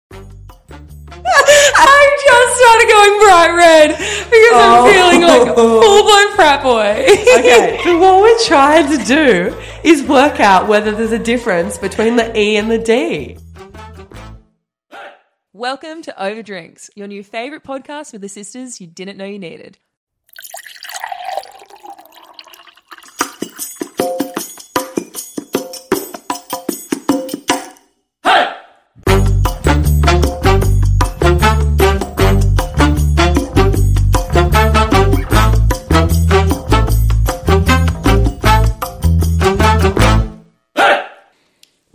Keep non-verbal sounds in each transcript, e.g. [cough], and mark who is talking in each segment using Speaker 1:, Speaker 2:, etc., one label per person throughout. Speaker 1: [laughs]
Speaker 2: started going bright red because
Speaker 1: Oh.
Speaker 2: I'm feeling like
Speaker 1: [laughs]
Speaker 2: a full blown frat boy.
Speaker 1: Okay, so [laughs] what we're trying to do is work out whether there's a difference between the E and the D.
Speaker 2: Welcome to Overdrinks, your new favorite podcast with the sisters you didn't know you needed.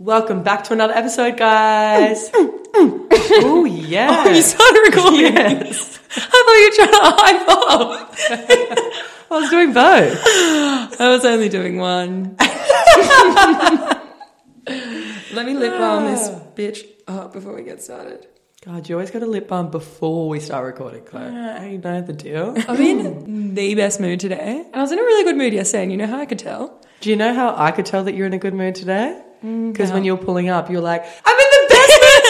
Speaker 1: Welcome back to another episode, guys. oh yeah.
Speaker 2: You started recording.
Speaker 1: yes.
Speaker 2: [laughs] I thought you were trying to high [laughs] five.
Speaker 1: I was doing both.
Speaker 2: I was only doing one. [laughs] Let me lip balm this bitch up before we get started.
Speaker 1: God, you always got a lip balm before we start recording, Chloe. you know the deal.
Speaker 2: I'm in the best mood today. And I was in a really good mood yesterday, and you know how I could tell?
Speaker 1: Do you know how I could tell that you're in a good mood today?
Speaker 2: Mm,
Speaker 1: Because when you're pulling up, you're like, I'm in the best mood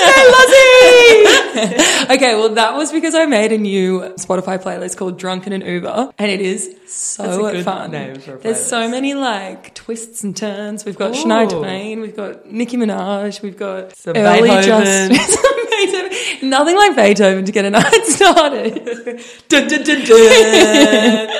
Speaker 1: today, Lozzie!
Speaker 2: [laughs] Okay, well, that was because I made a new Spotify playlist called Drunk in an Uber, and it is so
Speaker 1: That's a good
Speaker 2: fun.
Speaker 1: name for a
Speaker 2: There's so
Speaker 1: playlist.
Speaker 2: many like twists and turns. We've got
Speaker 1: Ooh.
Speaker 2: Shania Twain, we've got Nicki Minaj, we've got
Speaker 1: Some
Speaker 2: early
Speaker 1: Beethoven.
Speaker 2: Justice. Some [laughs] Beethoven. Nothing like Beethoven to get a night [laughs] started.
Speaker 1: Dun, dun, dun,
Speaker 2: [laughs]
Speaker 1: dun.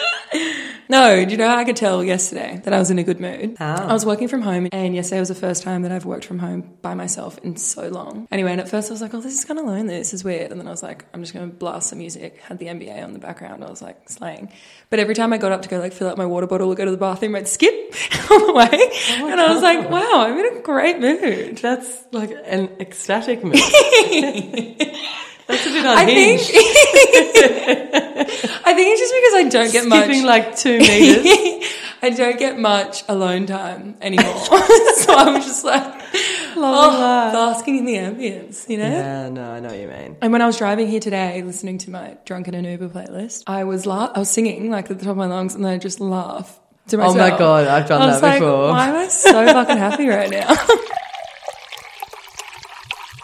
Speaker 2: No, do you know how I could tell yesterday that I was in a good mood?
Speaker 1: How?
Speaker 2: I was working from home, and yesterday was the first time that I've worked from home by myself in so long. Anyway, and at first I was like, oh, this is kind of lonely. This is weird. And then I was like, I'm just going to blast some music. Had the NBA on the background. I was like, slaying. But every time I got up to go, like, fill up my water bottle or go to the bathroom, I'd skip [laughs] on the way.
Speaker 1: Oh,
Speaker 2: and I was like, wow, I'm in a great mood.
Speaker 1: That's like an
Speaker 2: [laughs]
Speaker 1: ecstatic mood. That's a bit unhinged.
Speaker 2: I think. [laughs] I think it's just because I don't get much.
Speaker 1: Skipping like two
Speaker 2: [laughs]
Speaker 1: meters.
Speaker 2: I don't get much alone time
Speaker 1: [laughs]
Speaker 2: anymore. [laughs] so I was just like, oh,
Speaker 1: life.
Speaker 2: basking in the ambience, you know?
Speaker 1: yeah, no, I know what you mean.
Speaker 2: And when I was driving here today, listening to my Drunken and Uber playlist, I was la- I was singing like at the top of my lungs and then I just laugh to
Speaker 1: Oh
Speaker 2: myself.
Speaker 1: my God, I've done
Speaker 2: I was
Speaker 1: that
Speaker 2: like,
Speaker 1: before.
Speaker 2: Why am I
Speaker 1: [laughs]
Speaker 2: so fucking happy right now? [laughs]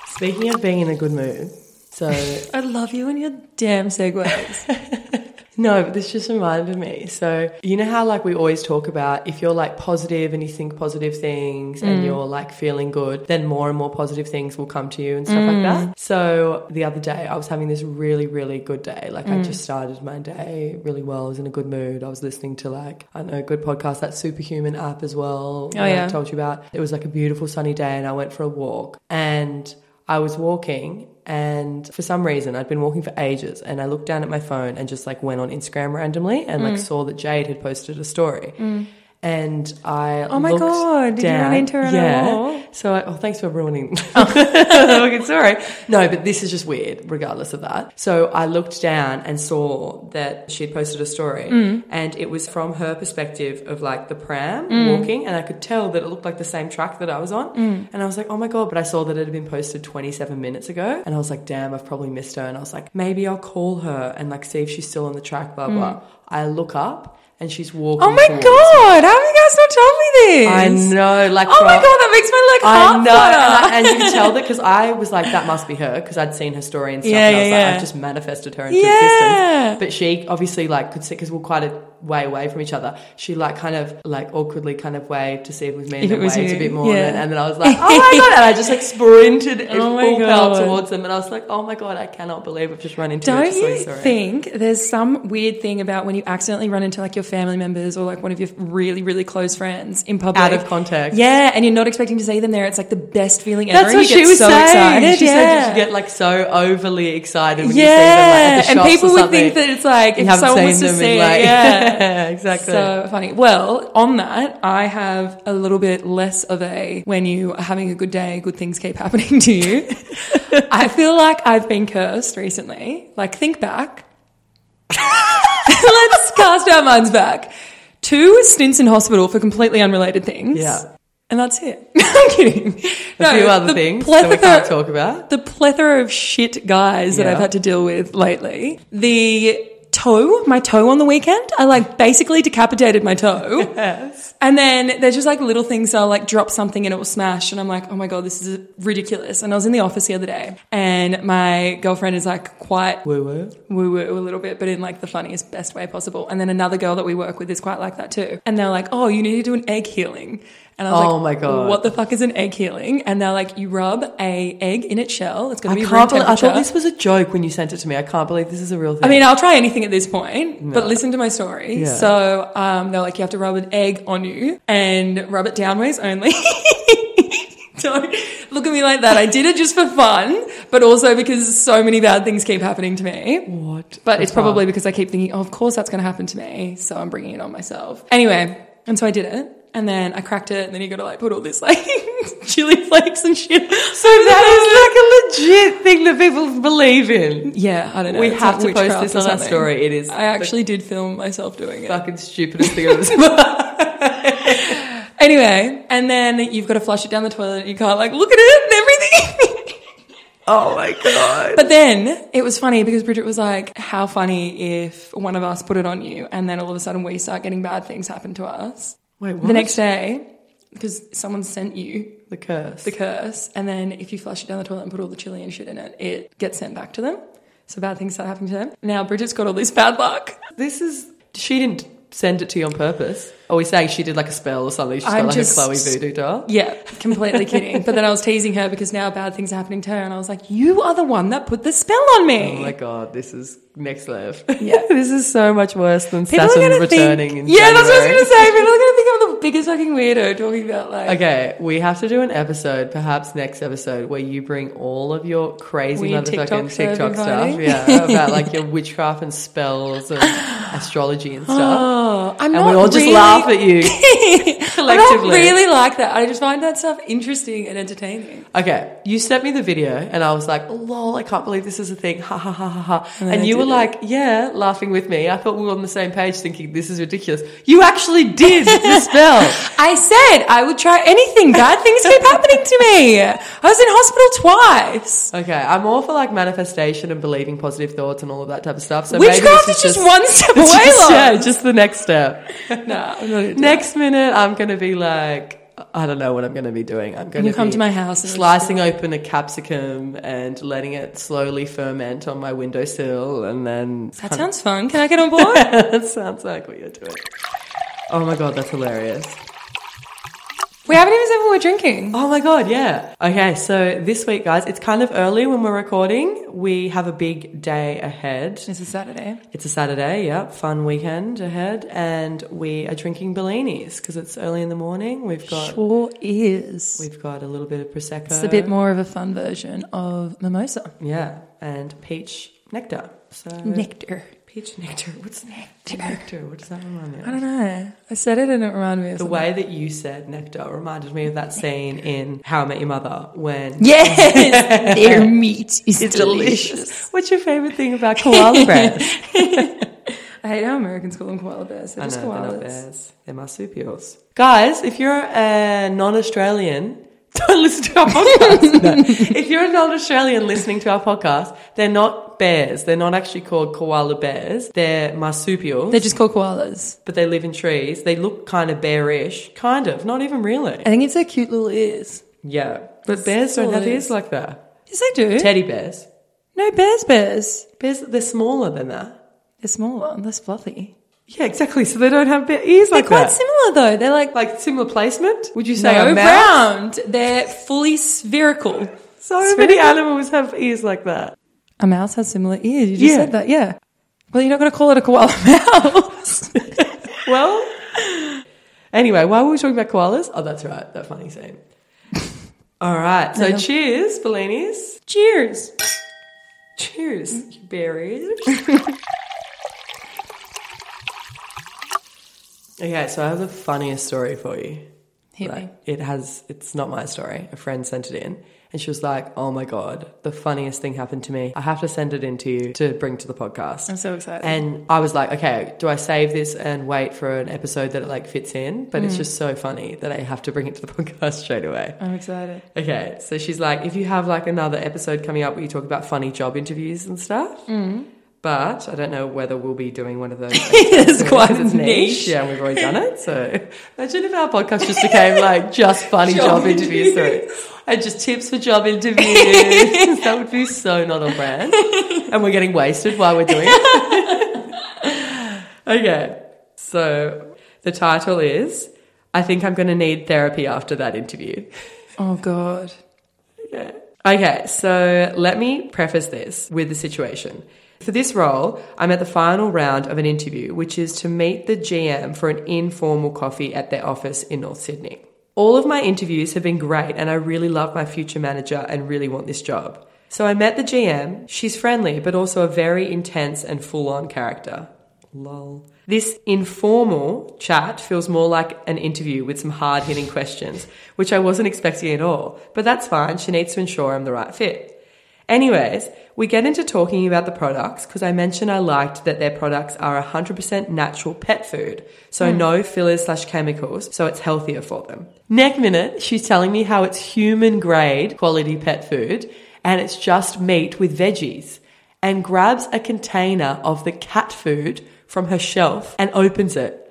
Speaker 1: Speaking of being in a good mood, so
Speaker 2: I love you and your damn
Speaker 1: [laughs]
Speaker 2: segues.
Speaker 1: no, but this just reminded me. So you know how like we always talk about if you're like positive and you think positive things and
Speaker 2: Mm.
Speaker 1: you're like feeling good, then more and more positive things will come to you and stuff like
Speaker 2: Mm.
Speaker 1: that. So the other day I was having this really really good day. Like I
Speaker 2: Mm.
Speaker 1: just started my day really well. I was in a good mood. I was listening to like I don't know good podcast that Superhuman app as well.
Speaker 2: Oh,
Speaker 1: that I
Speaker 2: yeah.
Speaker 1: told you about. It was like a beautiful sunny day, and I went for a walk. And I was walking, and for some reason, I'd been walking for ages, and I looked down at my phone and just like went on Instagram randomly and
Speaker 2: Mm.
Speaker 1: like saw that Jade had posted a story. And I
Speaker 2: Oh my
Speaker 1: looked
Speaker 2: God, did you
Speaker 1: down-
Speaker 2: run into her on a
Speaker 1: yeah.
Speaker 2: walk?
Speaker 1: So I, oh, thanks for ruining. [laughs] okay, sorry. No, but this is just weird, regardless of that. So I looked down and saw that she'd posted a story,
Speaker 2: Mm.
Speaker 1: and it was from her perspective of like the pram
Speaker 2: Mm.
Speaker 1: walking, and I could tell that it looked like the same track that I was on. And I was like, oh my God, but I saw that it had been posted 27 minutes ago, and I was like, damn, I've probably missed her. And I was like, maybe I'll call her and like see if she's still on the track, blah, blah. I look up, and she's walking.
Speaker 2: Mm. oh my
Speaker 1: towards-
Speaker 2: god, how have you guys not told me this?
Speaker 1: I know, like,
Speaker 2: Oh my god,
Speaker 1: from-
Speaker 2: that makes my like heart
Speaker 1: I know,
Speaker 2: flutter. [laughs]
Speaker 1: and, I- and you can tell that because I was like, that must be her because I'd seen her story and stuff.
Speaker 2: Yeah,
Speaker 1: and I was
Speaker 2: yeah,
Speaker 1: like,
Speaker 2: yeah.
Speaker 1: I've just manifested her into
Speaker 2: Yeah.
Speaker 1: existence. But she obviously like could see because we're quite a way away from each other. She like kind of like awkwardly kind of waved to see if it was me and
Speaker 2: If
Speaker 1: then
Speaker 2: it was
Speaker 1: waved
Speaker 2: you,
Speaker 1: a bit more.
Speaker 2: yeah.
Speaker 1: And, then, and then I
Speaker 2: [laughs]
Speaker 1: was like, oh my god! And I just like sprinted in
Speaker 2: Oh my
Speaker 1: full pelt
Speaker 2: God.
Speaker 1: towards them, and I was like, oh my god, I cannot believe I've just run into her.
Speaker 2: Don't
Speaker 1: Just so
Speaker 2: you
Speaker 1: sorry.
Speaker 2: think there's some weird thing about when you accidentally run into like your family members or like one of your really, really close friends in public?
Speaker 1: Out of context.
Speaker 2: Yeah, and you're not expecting to see them there. It's like the best feeling ever.
Speaker 1: That's
Speaker 2: and
Speaker 1: what
Speaker 2: you
Speaker 1: she
Speaker 2: get
Speaker 1: was
Speaker 2: so
Speaker 1: saying.
Speaker 2: excited.
Speaker 1: she
Speaker 2: yeah.
Speaker 1: said that you get like so overly excited when
Speaker 2: yeah,
Speaker 1: you see them like, at the
Speaker 2: and
Speaker 1: shops
Speaker 2: people
Speaker 1: or
Speaker 2: would think
Speaker 1: something.
Speaker 2: that it's like
Speaker 1: you
Speaker 2: if
Speaker 1: haven't
Speaker 2: someone
Speaker 1: seen
Speaker 2: was to
Speaker 1: them
Speaker 2: see
Speaker 1: in
Speaker 2: it,
Speaker 1: like [laughs]
Speaker 2: yeah.
Speaker 1: exactly
Speaker 2: So funny. Well, on that, I have a little bit less of a when you are having a good day, good things keep [laughs] happening to
Speaker 1: [laughs]
Speaker 2: you. I feel like I've been cursed recently. Like, think back. [laughs] Let's cast our minds back. Two stints in hospital for completely unrelated things.
Speaker 1: Yeah.
Speaker 2: And that's it. [laughs] I'm kidding.
Speaker 1: a few other things that we can't talk about
Speaker 2: The plethora of shit guys that
Speaker 1: Yeah.
Speaker 2: I've had to deal with lately. The toe, my toe on the weekend. I like basically decapitated my toe. And then there's just like little things. So I'll like drop something and it will smash. And I'm like, oh my God, this is ridiculous. And I was in the office the other day and my girlfriend is like quite
Speaker 1: Woo woo.
Speaker 2: woo woo a little bit, but in like the funniest, best way possible. And then another girl that we work with is quite like that too. And they're like, oh, you need to do an egg healing. And I was
Speaker 1: Oh
Speaker 2: like,
Speaker 1: my God.
Speaker 2: What the fuck is an egg healing? And they're like, you rub a egg in its shell. It's going
Speaker 1: I
Speaker 2: to be room
Speaker 1: can't believe I
Speaker 2: temperature.
Speaker 1: thought this was a joke when you sent it to me. I can't believe this is a real thing.
Speaker 2: I mean, I'll try anything at this point, but listen to my story.
Speaker 1: Yeah.
Speaker 2: So um, they're like, you have to rub an egg on you and rub it downways only. [laughs] Don't look at me like that. I did it just for fun, but also because so many bad things keep happening to me.
Speaker 1: what?
Speaker 2: But
Speaker 1: the
Speaker 2: it's probably because I keep thinking, oh, of course that's going to happen to me. So I'm bringing it on myself. Anyway, and so I did it. And then I cracked it. And then you got to like put all this like [laughs] chili flakes and shit.
Speaker 1: [laughs] So that is like a legit thing that people believe in.
Speaker 2: Yeah, I don't know.
Speaker 1: we
Speaker 2: It's
Speaker 1: have
Speaker 2: like
Speaker 1: to post
Speaker 2: witchcraft
Speaker 1: this
Speaker 2: or
Speaker 1: on our
Speaker 2: something.
Speaker 1: story. It is
Speaker 2: I actually did film myself doing
Speaker 1: the
Speaker 2: it.
Speaker 1: fucking stupidest thing I've ever seen.
Speaker 2: Anyway, and then you've got to flush it down the toilet. You can't like look at it and everything.
Speaker 1: [laughs]
Speaker 2: [laughs]
Speaker 1: Oh my god.
Speaker 2: But then it was funny because Bridget was like, How funny if one of us put it on you and then all of a sudden we start getting bad things happen to us.
Speaker 1: Wait, what?
Speaker 2: The next day, because someone sent you
Speaker 1: the curse.
Speaker 2: the curse, and then if you flush it down the toilet and put all the chili and shit in it, it gets sent back to them. So bad things start happening to them. Now Bridget's got all this bad luck.
Speaker 1: This is she didn't send it to you on purpose. Are we saying she did like a spell or something? She's
Speaker 2: I'm
Speaker 1: got like
Speaker 2: just-
Speaker 1: a Chloe voodoo doll.
Speaker 2: Yeah,
Speaker 1: [laughs]
Speaker 2: completely kidding. But then I was teasing her because now bad things are happening to her, and I was like, "You are the one that put the spell on me."
Speaker 1: Oh my god, this is next [laughs] level.
Speaker 2: Yeah.
Speaker 1: this is so much worse than
Speaker 2: People are
Speaker 1: Saturn
Speaker 2: gonna
Speaker 1: returning
Speaker 2: think,
Speaker 1: in
Speaker 2: Yeah, that's what I was gonna
Speaker 1: January.
Speaker 2: say. People are gonna think I'm the biggest fucking weirdo talking about like
Speaker 1: Okay, we have to do an episode, perhaps next episode, where you bring all of your crazy
Speaker 2: Weird
Speaker 1: motherfucking
Speaker 2: TikToks that I've
Speaker 1: TikTok
Speaker 2: been
Speaker 1: stuff,
Speaker 2: finding.
Speaker 1: yeah, about like your witchcraft and spells [gasps] and astrology and [gasps] stuff,
Speaker 2: Oh, I'm
Speaker 1: and
Speaker 2: not
Speaker 1: we all just
Speaker 2: really-
Speaker 1: laugh at you.
Speaker 2: [laughs] I'm not
Speaker 1: collectively.
Speaker 2: really like that. I just find that stuff interesting and entertaining.
Speaker 1: Okay, you sent me the video, and I was like, "Lol, I can't believe this is a thing!" Ha ha ha ha ha.
Speaker 2: And
Speaker 1: And,
Speaker 2: then I
Speaker 1: you were
Speaker 2: did it.
Speaker 1: like, "Yeah," laughing with me. I thought we were on the same page, thinking this is ridiculous. You actually [laughs] did the spell.
Speaker 2: I said I would try anything. Bad things keep happening to me. I was in hospital twice.
Speaker 1: Okay, I'm all for like manifestation and believing positive thoughts and all of that type of stuff. So
Speaker 2: Witchcraft
Speaker 1: maybe
Speaker 2: is
Speaker 1: this
Speaker 2: just, [laughs] one step away.
Speaker 1: It's [laughs] just- yeah,
Speaker 2: Lauren.
Speaker 1: just the next step.
Speaker 2: Nah, I'm not into that.
Speaker 1: Next minute, I'm going to be like, I don't know what I'm going to be doing. I'm going
Speaker 2: You
Speaker 1: to
Speaker 2: come to my house and
Speaker 1: slicing open a capsicum and letting it slowly ferment on my windowsill, and then
Speaker 2: That sounds fun. Can I get on board?
Speaker 1: [laughs]
Speaker 2: [laughs]
Speaker 1: that sounds like what you're doing. Oh my god, that's hilarious.
Speaker 2: we haven't even said what we're drinking.
Speaker 1: Oh my god, yeah. Okay, so this week, guys, it's kind of early when we're recording. We have a big day ahead.
Speaker 2: This is Saturday.
Speaker 1: It's a Saturday, yeah, fun weekend ahead, and we are drinking Bellinis because it's early in the morning. We've got
Speaker 2: Sure is.
Speaker 1: we've got a little bit of prosecco,
Speaker 2: It's a bit more of a fun version of mimosa.
Speaker 1: yeah, and peach nectar. So
Speaker 2: Nectar.
Speaker 1: peach nectar. [laughs] What's nectar?
Speaker 2: Nectar.
Speaker 1: Nectar. What does that remind me
Speaker 2: I
Speaker 1: of?
Speaker 2: don't know. I said it and it reminded me of
Speaker 1: The
Speaker 2: something.
Speaker 1: way that you said nectar reminded me of that scene in How I Met Your Mother when
Speaker 2: [laughs] Yes, their meat is
Speaker 1: it's delicious. What's your favorite thing about
Speaker 2: [laughs]
Speaker 1: koala bears?
Speaker 2: I hate how Americans call them koala bears. They're
Speaker 1: I
Speaker 2: just
Speaker 1: know, they're not
Speaker 2: koalas.
Speaker 1: bears. They're marsupials. Guys, if you're a non-Australian, [laughs] don't listen
Speaker 2: [laughs]
Speaker 1: to our podcast. No. If you're a non-Australian listening to our podcast, they're not bears. They're not actually called koala bears. They're marsupials,
Speaker 2: They're just called koalas.
Speaker 1: but they live in trees. They look kind of bearish, kind of, not even really.
Speaker 2: I think it's their cute little ears.
Speaker 1: Yeah, but bears don't
Speaker 2: all
Speaker 1: have
Speaker 2: it
Speaker 1: ears
Speaker 2: is.
Speaker 1: like that.
Speaker 2: Yes, they do.
Speaker 1: Teddy bears.
Speaker 2: no, bears, bears.
Speaker 1: Bears, they're smaller than that.
Speaker 2: They're smaller and less fluffy.
Speaker 1: Yeah, exactly. So they don't have bear ears
Speaker 2: They're
Speaker 1: like
Speaker 2: quite
Speaker 1: that.
Speaker 2: similar though. They're like,
Speaker 1: like similar placement? Would you say
Speaker 2: no
Speaker 1: a mouse?
Speaker 2: round. They're fully spherical.
Speaker 1: So
Speaker 2: Spherical.
Speaker 1: many animals have ears like that.
Speaker 2: A mouse has similar ears. You just
Speaker 1: Yeah.
Speaker 2: said that, yeah. Well, you're not going to call it a koala [laughs]
Speaker 1: [laughs]
Speaker 2: mouse.
Speaker 1: Well, anyway, why were we talking about koalas? Oh, that's right, that funny scene. All right, so
Speaker 2: Yeah.
Speaker 1: cheers, Bellinis. Cheers. Cheers,
Speaker 2: Mm.
Speaker 1: you
Speaker 2: [laughs]
Speaker 1: berries. okay, so I have the funniest story for you.
Speaker 2: Hit me.
Speaker 1: Like, it has it's not my story. A friend sent it in and she was like, Oh my god, the funniest thing happened to me. I have to send it in to you to bring to the podcast.
Speaker 2: I'm so excited.
Speaker 1: And I was like, okay, do I save this and wait for an episode that it like fits in? But it's just so funny that I have to bring it to the [laughs] podcast straight away.
Speaker 2: I'm
Speaker 1: [laughs]
Speaker 2: excited.
Speaker 1: Okay, so she's like, if you have like another episode coming up where you talk about funny job interviews and stuff, But I don't know whether we'll be doing one of those.
Speaker 2: It's quite
Speaker 1: Because
Speaker 2: [laughs] niche.
Speaker 1: Yeah, and we've already done it. So imagine if our podcast just became like just funny
Speaker 2: Job
Speaker 1: job, interviews, sorry. and just tips for job interviews. that would be so not on brand. And we're getting wasted while we're doing it. [laughs] okay, so the title is "I think I'm going to need therapy after that interview."
Speaker 2: Oh God.
Speaker 1: Okay. Okay, so let me preface this with the situation. For this role, I'm at the final round of an interview, which is to meet the GM for an informal coffee at their office in North Sydney. All of my interviews have been great, and I really love my future manager and really want this job. So I met the GM. She's friendly, but also a very intense and full on character. Lol. This informal chat feels more like an interview with some hard hitting questions, which I wasn't expecting at all. But that's fine, she needs to ensure I'm the right fit. Anyways, we get into talking about the products because I mentioned I liked that their products are 100% natural pet food, so no fillers slash chemicals, so it's healthier for them. Next minute, she's telling me how it's human grade quality pet food and it's just meat with veggies and grabs a container of the cat food from her shelf and opens it.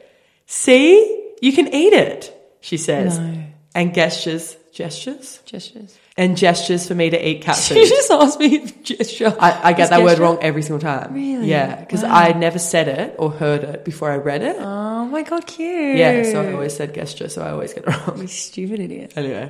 Speaker 1: See, you can eat it, she says,
Speaker 2: No.
Speaker 1: and gestures, gestures,
Speaker 2: Gestures.
Speaker 1: and gestures for me to eat
Speaker 2: [laughs]
Speaker 1: cat
Speaker 2: She
Speaker 1: food.
Speaker 2: just asked me if [laughs] gesture.
Speaker 1: I, I
Speaker 2: is
Speaker 1: get that word
Speaker 2: gesture.
Speaker 1: wrong every single time.
Speaker 2: Really?
Speaker 1: Yeah, because
Speaker 2: Wow.
Speaker 1: I never said it or heard it before I read it.
Speaker 2: Oh my God, cute.
Speaker 1: Yeah, so I always said gesture, so I always get it
Speaker 2: [laughs]
Speaker 1: wrong.
Speaker 2: You stupid idiot.
Speaker 1: Anyway.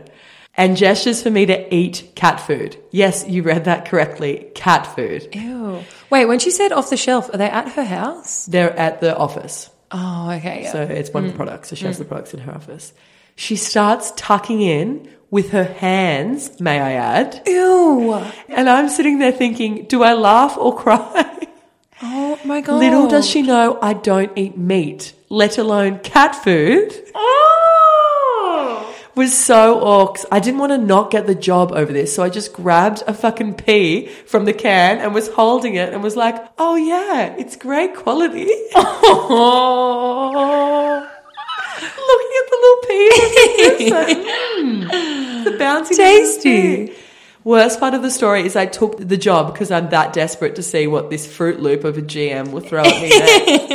Speaker 1: And gestures for me to eat cat food. Yes, you read that correctly. Cat food.
Speaker 2: Ew. Wait, when she said off the shelf, are they at her house?
Speaker 1: They're at the office.
Speaker 2: Oh, okay. Yeah.
Speaker 1: So it's one of the products. So she has the products in her office. She starts tucking in with her hands, may I add.
Speaker 2: Ew.
Speaker 1: And I'm sitting there thinking, do I laugh or cry? [laughs]
Speaker 2: Oh my God.
Speaker 1: Little does she know I don't eat meat, let alone cat food.
Speaker 2: Oh.
Speaker 1: Was so orcs. I didn't want to not get the job over this, so I just grabbed a fucking pea from the can and was holding it and was like, oh yeah, it's great quality.
Speaker 2: Oh.
Speaker 1: looking at the little pea. It's like, mm, the bouncy
Speaker 2: Tasty.
Speaker 1: little pea. Worst part of the story is I took the job because I'm that desperate to see what this fruit loop of a GM will throw at me. next.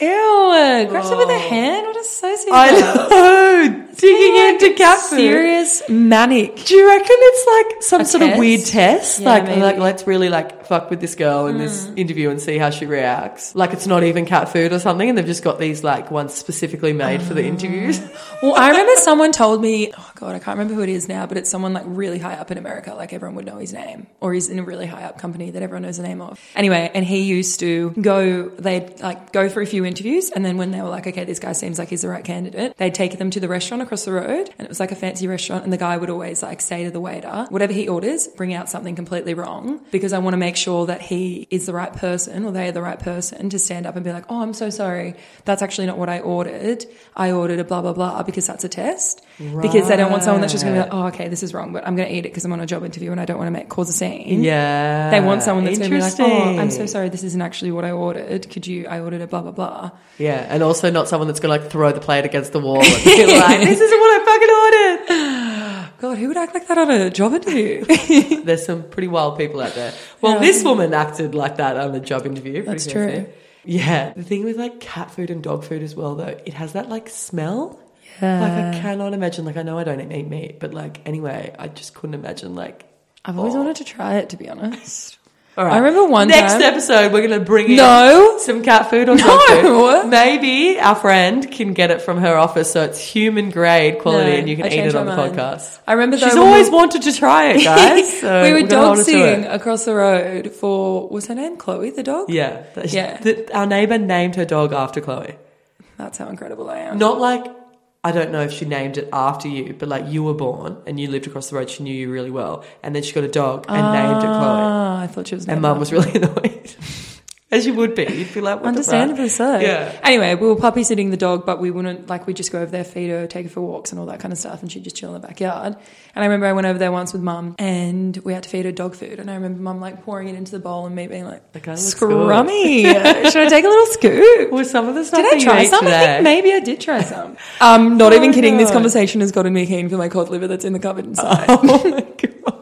Speaker 2: Ew. Grabs it with her hand. What a sociopath.
Speaker 1: Oh. I know, [laughs] digging into cat food.
Speaker 2: Serious manic.
Speaker 1: Do you reckon it's like some
Speaker 2: A
Speaker 1: sort of weird
Speaker 2: test?
Speaker 1: test?
Speaker 2: Yeah,
Speaker 1: like,
Speaker 2: maybe. Mm.
Speaker 1: like let's really like fuck with this girl in this interview and see how she reacts. Like it's not even cat food or something, and they've just got these like ones specifically made for the
Speaker 2: Ah.
Speaker 1: [laughs] interviews.
Speaker 2: Well, I remember someone told me, oh God, I can't remember who it is now, but it's someone like really high up in America, like everyone would know his name, or he's in a really high up company that everyone knows the name of. Anyway, and he used to go, they'd like go for a few interviews, and then when they were like, okay, this guy seems like he's the right candidate, they'd take them to the restaurant across the road, and it was like a fancy restaurant, and the guy would always like say to the waiter, whatever he orders, bring out something completely wrong, because I want to make sure that he is the right person or they are the right person to stand up and be like, oh, I'm so sorry, that's actually not what I ordered. I ordered a blah, blah, blah, because that's a test. Because they don't want someone that's just going to be like, oh, okay, this is wrong, but I'm going to eat it because I'm on a job interview and I don't want to make cause a scene.
Speaker 1: Yeah,
Speaker 2: They want someone that's going to be like, oh, I'm so
Speaker 1: Interesting.
Speaker 2: sorry, this isn't actually what I ordered. Could you, I ordered a blah, blah, blah.
Speaker 1: Yeah, and also not someone that's gonna like throw the plate against the
Speaker 2: [laughs]
Speaker 1: wall and be like, "This isn't what I fucking ordered." [laughs]
Speaker 2: God, who would act like that on a job interview?
Speaker 1: There's some pretty wild people out there. Well,
Speaker 2: Yeah.
Speaker 1: this woman acted like that on a job interview. pretty
Speaker 2: That's
Speaker 1: fair
Speaker 2: true.
Speaker 1: say. Yeah, the thing with like cat food and dog food as well, though, it has that like smell. Like
Speaker 2: Uh,
Speaker 1: I cannot imagine. Like I know I don't eat meat, but like anyway, I just couldn't imagine. Like
Speaker 2: I've always
Speaker 1: Oh.
Speaker 2: wanted to try it, to be honest.
Speaker 1: all right,
Speaker 2: I remember one
Speaker 1: next
Speaker 2: time-
Speaker 1: episode we're gonna bring in
Speaker 2: No.
Speaker 1: some cat food or
Speaker 2: No.
Speaker 1: something. Maybe our friend can get it from her office, so it's human grade quality,
Speaker 2: No,
Speaker 1: and you can
Speaker 2: I
Speaker 1: eat
Speaker 2: changed
Speaker 1: it on
Speaker 2: my
Speaker 1: the
Speaker 2: mind.
Speaker 1: podcast.
Speaker 2: [laughs] I remember though
Speaker 1: She's
Speaker 2: when we-
Speaker 1: always wanted to try
Speaker 2: [laughs]
Speaker 1: it, guys. So
Speaker 2: we were
Speaker 1: gonna hold
Speaker 2: dog
Speaker 1: her to
Speaker 2: sitting
Speaker 1: it.
Speaker 2: across the road for was her name Chloe the dog?
Speaker 1: Yeah, That-
Speaker 2: Yeah.
Speaker 1: that- our neighbor named her dog after Chloe.
Speaker 2: That's how incredible I am.
Speaker 1: Not like I don't know if she named it after you, but like you were born and you lived across the road. She knew you really well, and then she got a dog and named it Chloe.
Speaker 2: Ah, I thought she was.
Speaker 1: And
Speaker 2: named
Speaker 1: mum
Speaker 2: after-
Speaker 1: was really [laughs] annoyed, as you would be. You'd be like, what the fuck?
Speaker 2: Understandably so.
Speaker 1: Yeah.
Speaker 2: Anyway, we were puppy sitting the dog, but we wouldn't like we just go over there, feed her, take her for walks, and all that kind of stuff, and she'd just chill in the backyard. And I remember I went over there once with mum, and we had to feed her dog food, and I remember mum like pouring it into the bowl, and me being like,
Speaker 1: That kinda looks good.
Speaker 2: "Scrummy, [laughs] should I take a little scoop?"
Speaker 1: Was some of the stuff
Speaker 2: Did I
Speaker 1: that
Speaker 2: try
Speaker 1: you ate
Speaker 2: some? I
Speaker 1: today? [laughs]
Speaker 2: think [laughs] maybe I did try some. [laughs] Um, not
Speaker 1: Oh
Speaker 2: even
Speaker 1: my
Speaker 2: kidding. This
Speaker 1: God.
Speaker 2: conversation has gotten me keen for my cod liver that's in the cupboard inside.
Speaker 1: Oh my Oh god!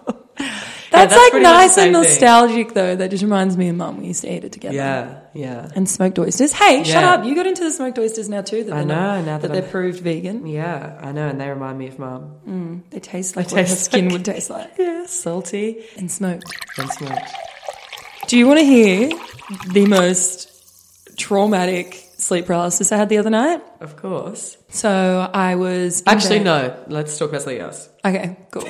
Speaker 2: That that's, like
Speaker 1: pretty much the
Speaker 2: nice and
Speaker 1: same thing.
Speaker 2: nostalgic though. That just reminds me of mum. We used to eat it together.
Speaker 1: Yeah, yeah.
Speaker 2: And smoked oysters. Hey, shut
Speaker 1: Yeah.
Speaker 2: up! You got into the smoked oysters now too. That
Speaker 1: I
Speaker 2: they're
Speaker 1: know,
Speaker 2: not-
Speaker 1: now that
Speaker 2: that they're
Speaker 1: I'm-
Speaker 2: proved vegan.
Speaker 1: Yeah, I know, and they remind me of mum.
Speaker 2: They taste like
Speaker 1: They
Speaker 2: what her
Speaker 1: taste
Speaker 2: skin
Speaker 1: like-
Speaker 2: would taste
Speaker 1: [laughs]
Speaker 2: like.
Speaker 1: Yeah, salty
Speaker 2: And smoked.
Speaker 1: and smoked.
Speaker 2: Do you want to hear the most traumatic sleep paralysis I had the other night?
Speaker 1: Of course.
Speaker 2: So I was in
Speaker 1: Actually,
Speaker 2: bed-
Speaker 1: no. Let's talk about something else.
Speaker 2: Okay, cool.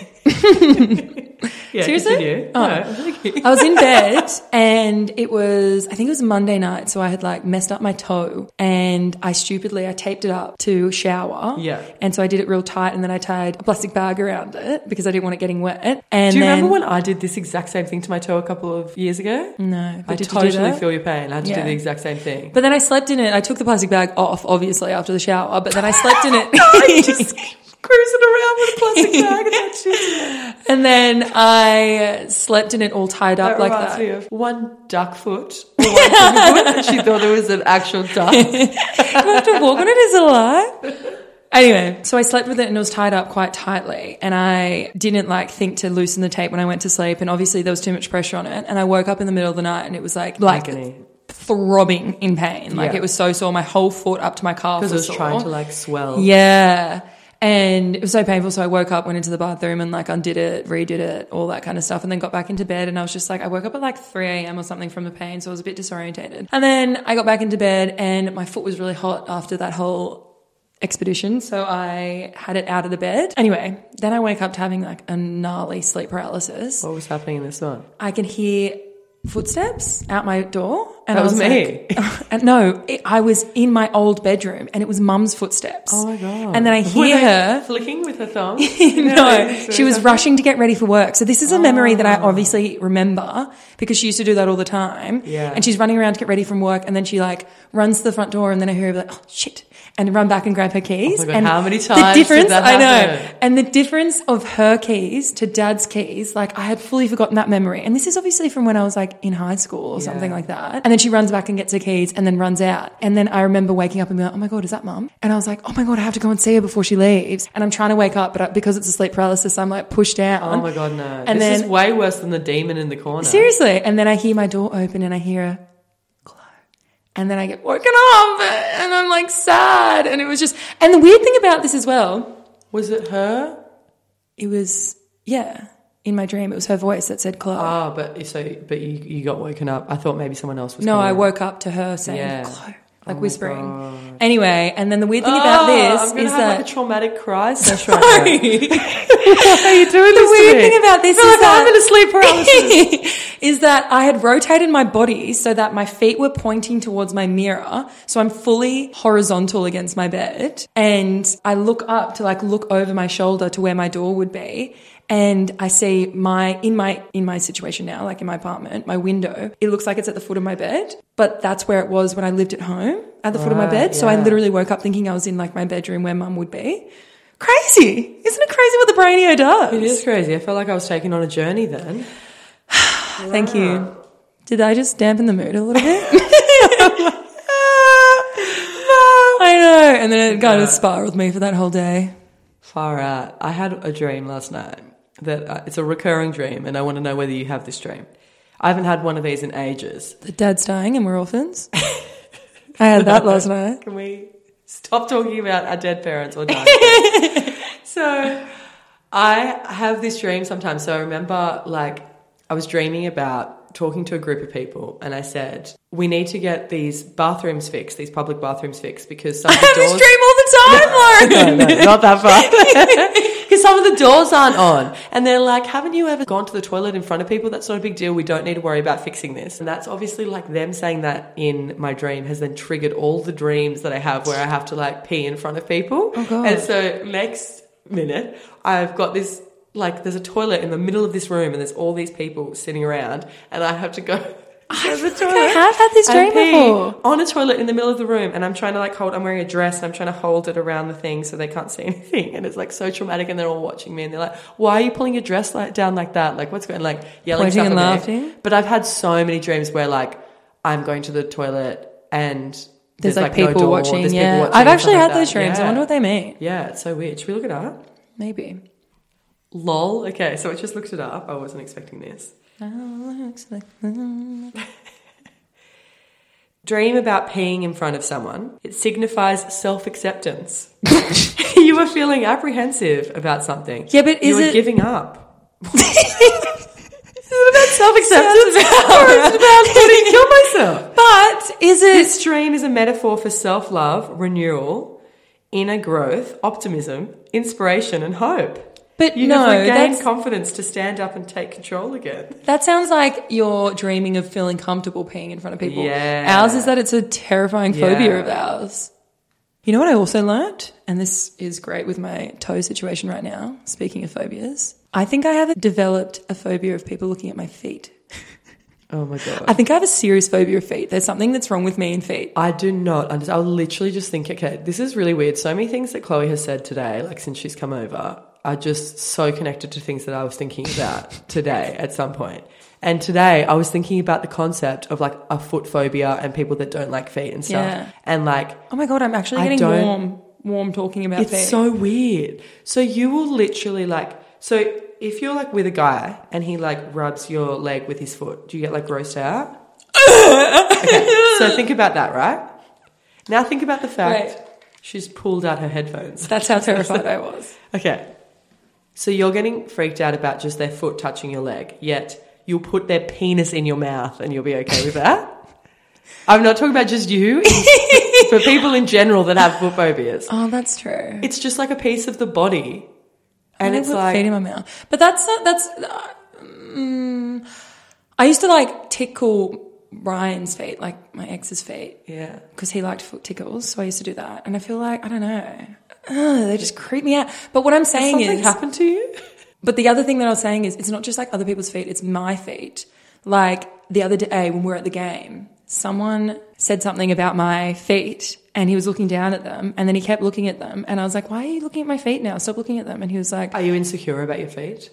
Speaker 1: Yeah,
Speaker 2: Seriously?
Speaker 1: continue.
Speaker 2: Oh.
Speaker 1: No, thank you.
Speaker 2: I was in bed and it was, I think it was Monday night. So I had like messed up my toe and I stupidly, I taped it up to shower.
Speaker 1: Yeah.
Speaker 2: And so I did it real tight and then I tied a plastic bag around it because I didn't want it getting wet. And
Speaker 1: Do you
Speaker 2: then,
Speaker 1: remember when I did this exact same thing to my toe a couple of years ago?
Speaker 2: No, but
Speaker 1: I
Speaker 2: did you do
Speaker 1: totally
Speaker 2: that?
Speaker 1: feel your pain. I had to
Speaker 2: Yeah.
Speaker 1: do the exact same thing.
Speaker 2: But then I slept in it. I took the plastic bag off, obviously, after the shower, but then I slept in
Speaker 1: [laughs]
Speaker 2: it. [laughs]
Speaker 1: I just cruising around with a plastic bag [laughs] attached
Speaker 2: and then I slept in it all tied up
Speaker 1: That
Speaker 2: like
Speaker 1: reminds
Speaker 2: that.
Speaker 1: me of one duck foot. Or one duck foot. And she thought it was an actual duck. [laughs]
Speaker 2: Do I have to walk on it? Is it a lie? Anyway, so I slept with it and it was tied up quite tightly. And I didn't like think to loosen the tape when I went to sleep. And obviously there was too much pressure on it. And I woke up in the middle of the night and it was like, like
Speaker 1: Agony.
Speaker 2: throbbing in pain. Like
Speaker 1: Yeah.
Speaker 2: it was so sore. My whole foot up to my calf
Speaker 1: Because
Speaker 2: was,
Speaker 1: it was
Speaker 2: sore.
Speaker 1: trying to like swell.
Speaker 2: Yeah. And it was so painful. So I woke up, went into the bathroom and like undid it, redid it, all that kind of stuff. And then got back into bed. And I was just like, I woke up at like 3 a.m. or something from the pain. So I was a bit disorientated. And then I got back into bed and my foot was really hot after that whole expedition. So I had it out of the bed. Anyway, then I wake up to having like a gnarly sleep paralysis.
Speaker 1: What was happening in this one?
Speaker 2: I can hear footsteps out my door. And
Speaker 1: That
Speaker 2: I
Speaker 1: was
Speaker 2: like- [laughs] and no, it, I was in my old bedroom and it was mum's footsteps.
Speaker 1: Oh my god!
Speaker 2: And
Speaker 1: [laughs]
Speaker 2: then I hear her.
Speaker 1: flicking with her thumb.
Speaker 2: [laughs] no, she was rushing to get ready for work. So this is a memory that
Speaker 1: Ah.
Speaker 2: I obviously remember because she used to do that all the time.
Speaker 1: Yeah.
Speaker 2: And she's running around to get ready from work, and then she like runs to the front door, and then I hear her be like, "Oh shit!" and run back and grab her keys.
Speaker 1: Oh God,
Speaker 2: and
Speaker 1: how many times did that
Speaker 2: I know.
Speaker 1: happen?
Speaker 2: And the difference of her keys to dad's keys, like I had fully forgotten that memory. And this is obviously from when I was like in high school or something
Speaker 1: Yeah.
Speaker 2: like that. And then she runs back and gets her keys and then runs out. And then I remember waking up and being like, oh my God, is that mum? And I was like, oh my God, I have to go and see her before she leaves. And I'm trying to wake up, but I, because it's a sleep paralysis, I'm like pushed down.
Speaker 1: [laughs] Oh my god, no!
Speaker 2: And
Speaker 1: this
Speaker 2: then-
Speaker 1: is way worse than the demon in the corner.
Speaker 2: Seriously. And then I hear my door open and I hear a glow. And then I get woken up and I'm like sad. And it was just, and the weird thing about this as well,
Speaker 1: Was it her?
Speaker 2: it was yeah in my dream it was her voice that said chloe
Speaker 1: Ah, but if so, but you, you got woken up. I thought maybe someone else was.
Speaker 2: no
Speaker 1: coming
Speaker 2: i
Speaker 1: in.
Speaker 2: woke up to her saying
Speaker 1: Yeah.
Speaker 2: chloe like whispering anyway and then the weird thing about
Speaker 1: Oh,
Speaker 2: this
Speaker 1: I'm gonna
Speaker 2: is
Speaker 1: have
Speaker 2: that
Speaker 1: like a traumatic [laughs] cry session. Right now. How are you doing?
Speaker 2: the weird thing about this
Speaker 1: I feel
Speaker 2: is
Speaker 1: like
Speaker 2: that
Speaker 1: I'm in a sleep paralysis.
Speaker 2: [laughs] is that I had rotated my body so that my feet were pointing towards my mirror. So I'm fully horizontal against my bed. And I look up to like look over my shoulder to where my door would be. And I see my in my in my situation now, like in my apartment, my window, it looks like it's at the foot of my bed. But that's where it was when I lived at home, at the foot of my
Speaker 1: Right,
Speaker 2: bed. So I
Speaker 1: yeah.
Speaker 2: literally woke up thinking I was in like my bedroom where mum would be. Crazy. Isn't it crazy what the brainio does?
Speaker 1: it is crazy. I felt like I was taken on a journey then.
Speaker 2: Thank you. Did I just dampen the mood a little [laughs] bit? I know. And then it kind of spiraled me for that whole day.
Speaker 1: Far out. I had a dream last night that uh, it's a recurring dream, and I want to know whether you have this dream. I haven't had one of these in ages.
Speaker 2: The dad's dying and we're orphans. I had that last [laughs] night.
Speaker 1: Can we stop talking about our dead parents or [laughs] dying? parents? so, I have this dream sometimes. So, I remember like I was dreaming about talking to a group of people, and I said, We need to get these bathrooms fixed, these public bathrooms fixed, because some of
Speaker 2: I
Speaker 1: [laughs]
Speaker 2: have
Speaker 1: the
Speaker 2: this
Speaker 1: doors.
Speaker 2: dream all the [laughs] time, Lauren.
Speaker 1: [laughs] no, no, not that [laughs] far. Because some of the doors aren't on. And they're like, haven't you ever gone to the toilet in front of people? That's not a big deal. We don't need to worry about fixing this. And that's obviously like them saying that in my dream has then triggered all the dreams that I have where I have to like pee in front of people.
Speaker 2: Oh, God.
Speaker 1: And so next minute, I've got this. Like there's a toilet in the middle of this room and there's all these people sitting around and I have to go [laughs] to the toilet.
Speaker 2: I have had this dream
Speaker 1: and pee
Speaker 2: before.
Speaker 1: on a toilet in the middle of the room and I'm trying to like hold I'm wearing a dress and I'm trying to hold it around the thing so they can't see [laughs] anything and it's like so traumatic and they're all watching me and they're like why are you pulling your dress like down like that like what's going like yelling
Speaker 2: Pointing
Speaker 1: stuff
Speaker 2: and
Speaker 1: at me.
Speaker 2: laughing?
Speaker 1: but I've had so many dreams where like I'm going to the toilet and
Speaker 2: There's, like,
Speaker 1: no
Speaker 2: people
Speaker 1: door,
Speaker 2: watching.
Speaker 1: there's people
Speaker 2: yeah.
Speaker 1: watching
Speaker 2: I've
Speaker 1: and
Speaker 2: actually
Speaker 1: stuff
Speaker 2: had
Speaker 1: like
Speaker 2: those
Speaker 1: that.
Speaker 2: dreams. I
Speaker 1: Yeah.
Speaker 2: wonder what they mean.
Speaker 1: [laughs] yeah it's so weird should we look it up
Speaker 2: Maybe.
Speaker 1: Lol. Okay, so I just looked it up. I wasn't expecting this.
Speaker 2: Oh, [laughs]
Speaker 1: Dream about peeing in front of someone. It signifies self acceptance. [laughs] you were feeling apprehensive about something.
Speaker 2: Yeah, but is
Speaker 1: you were
Speaker 2: it-
Speaker 1: giving up.
Speaker 2: Self [laughs]
Speaker 1: It's about wanting to [laughs] kill myself.
Speaker 2: But is it?
Speaker 1: This dream is a metaphor for self love, renewal, inner growth, optimism, inspiration, and hope.
Speaker 2: But
Speaker 1: You
Speaker 2: no,
Speaker 1: have regained
Speaker 2: that's,
Speaker 1: confidence to stand up and take control again.
Speaker 2: that sounds like you're dreaming of feeling comfortable peeing in front of people.
Speaker 1: Yeah.
Speaker 2: Ours is that it's a terrifying phobia
Speaker 1: Yeah.
Speaker 2: of ours. You know what I also learnt, and this is great with my toe situation right now. Speaking of phobias, I think I have developed a phobia of people looking at my feet.
Speaker 1: Oh my god.
Speaker 2: I think I have a serious phobia of feet. There's something that's wrong with me in feet.
Speaker 1: I do not understand. I literally just think, okay, this is really weird. So many things that Chloe has said today, like since she's come over, are just so connected to things that I was thinking about today at some point. And today I was thinking about the concept of like a foot phobia and people that don't like feet and stuff.
Speaker 2: Yeah.
Speaker 1: And like,
Speaker 2: Oh my god, I'm actually
Speaker 1: I
Speaker 2: getting
Speaker 1: don't-
Speaker 2: warm, warm talking about
Speaker 1: it's
Speaker 2: feet.
Speaker 1: so weird. So you will literally like, so if you're like with a guy and he like rubs your leg with his foot, do you get like grossed out? okay, so think about that, right? Now think about the fact
Speaker 2: Wait.
Speaker 1: she's pulled out her headphones.
Speaker 2: That's how terrified I
Speaker 1: [laughs]
Speaker 2: was.
Speaker 1: Okay. So you're getting freaked out about just their foot touching your leg, yet you'll put their penis in your mouth and you'll be okay with that? I'm not talking about just you, for people in general that have foot phobias.
Speaker 2: Oh, that's true.
Speaker 1: It's just like a piece of the body.
Speaker 2: I
Speaker 1: And
Speaker 2: don't
Speaker 1: it's
Speaker 2: put
Speaker 1: like,
Speaker 2: feet in my mouth. But that's not, that's. Uh, mm, I used to like tickle Ryan's feet, like my ex's feet,
Speaker 1: yeah.
Speaker 2: because he liked foot tickles. So I used to do that, and I feel like I don't know. Ugh, they just creep me out. But what I'm saying
Speaker 1: Something
Speaker 2: is,
Speaker 1: happened to you?
Speaker 2: But the other thing that I was saying is, it's not just like other people's feet, it's my feet. Like the other day when we were at the game, someone said something about my feet and he was looking down at them and then he kept looking at them. And I was like, why are you looking at my feet now? Stop looking at them. And he was like,
Speaker 1: Are you insecure about your feet?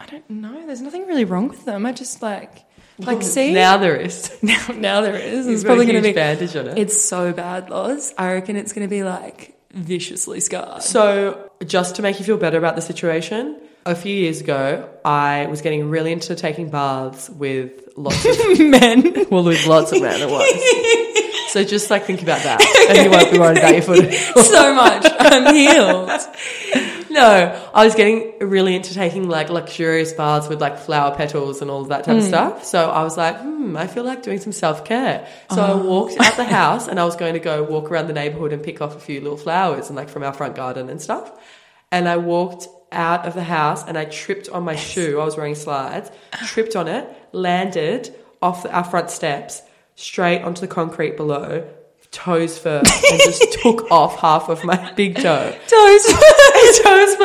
Speaker 2: I don't know. There's nothing really wrong with them. I just like, like, see?
Speaker 1: Now there is.
Speaker 2: [laughs]
Speaker 1: [laughs]
Speaker 2: now, now there is. It's
Speaker 1: You've got a
Speaker 2: probably going to
Speaker 1: huge
Speaker 2: be.
Speaker 1: bandage on it.
Speaker 2: It's so bad, Loz. I reckon it's going to be like viciously scarred.
Speaker 1: So, just to make you feel better about the situation, a few years ago, I was getting really into taking baths with lots of
Speaker 2: Men.
Speaker 1: [laughs] well, with lots of men. It was. [laughs] So just like think about [laughs] that, and you won't be worried about your
Speaker 2: [laughs]
Speaker 1: foot.
Speaker 2: so much. I'm healed.
Speaker 1: [laughs] No, I was getting really into taking like luxurious baths with like flower petals and all of that type of stuff. So I was like, hmm, I feel like doing some self care. So I walked out the house and I was going to go walk around the neighborhood and pick off a few little flowers and like from our front garden and stuff. And I walked out of the house and I tripped on my shoe. I was wearing slides, tripped on it, landed off the, our front steps, straight onto the concrete below. Toes first, and just took off half of my big toe.
Speaker 2: [laughs]
Speaker 1: It's toes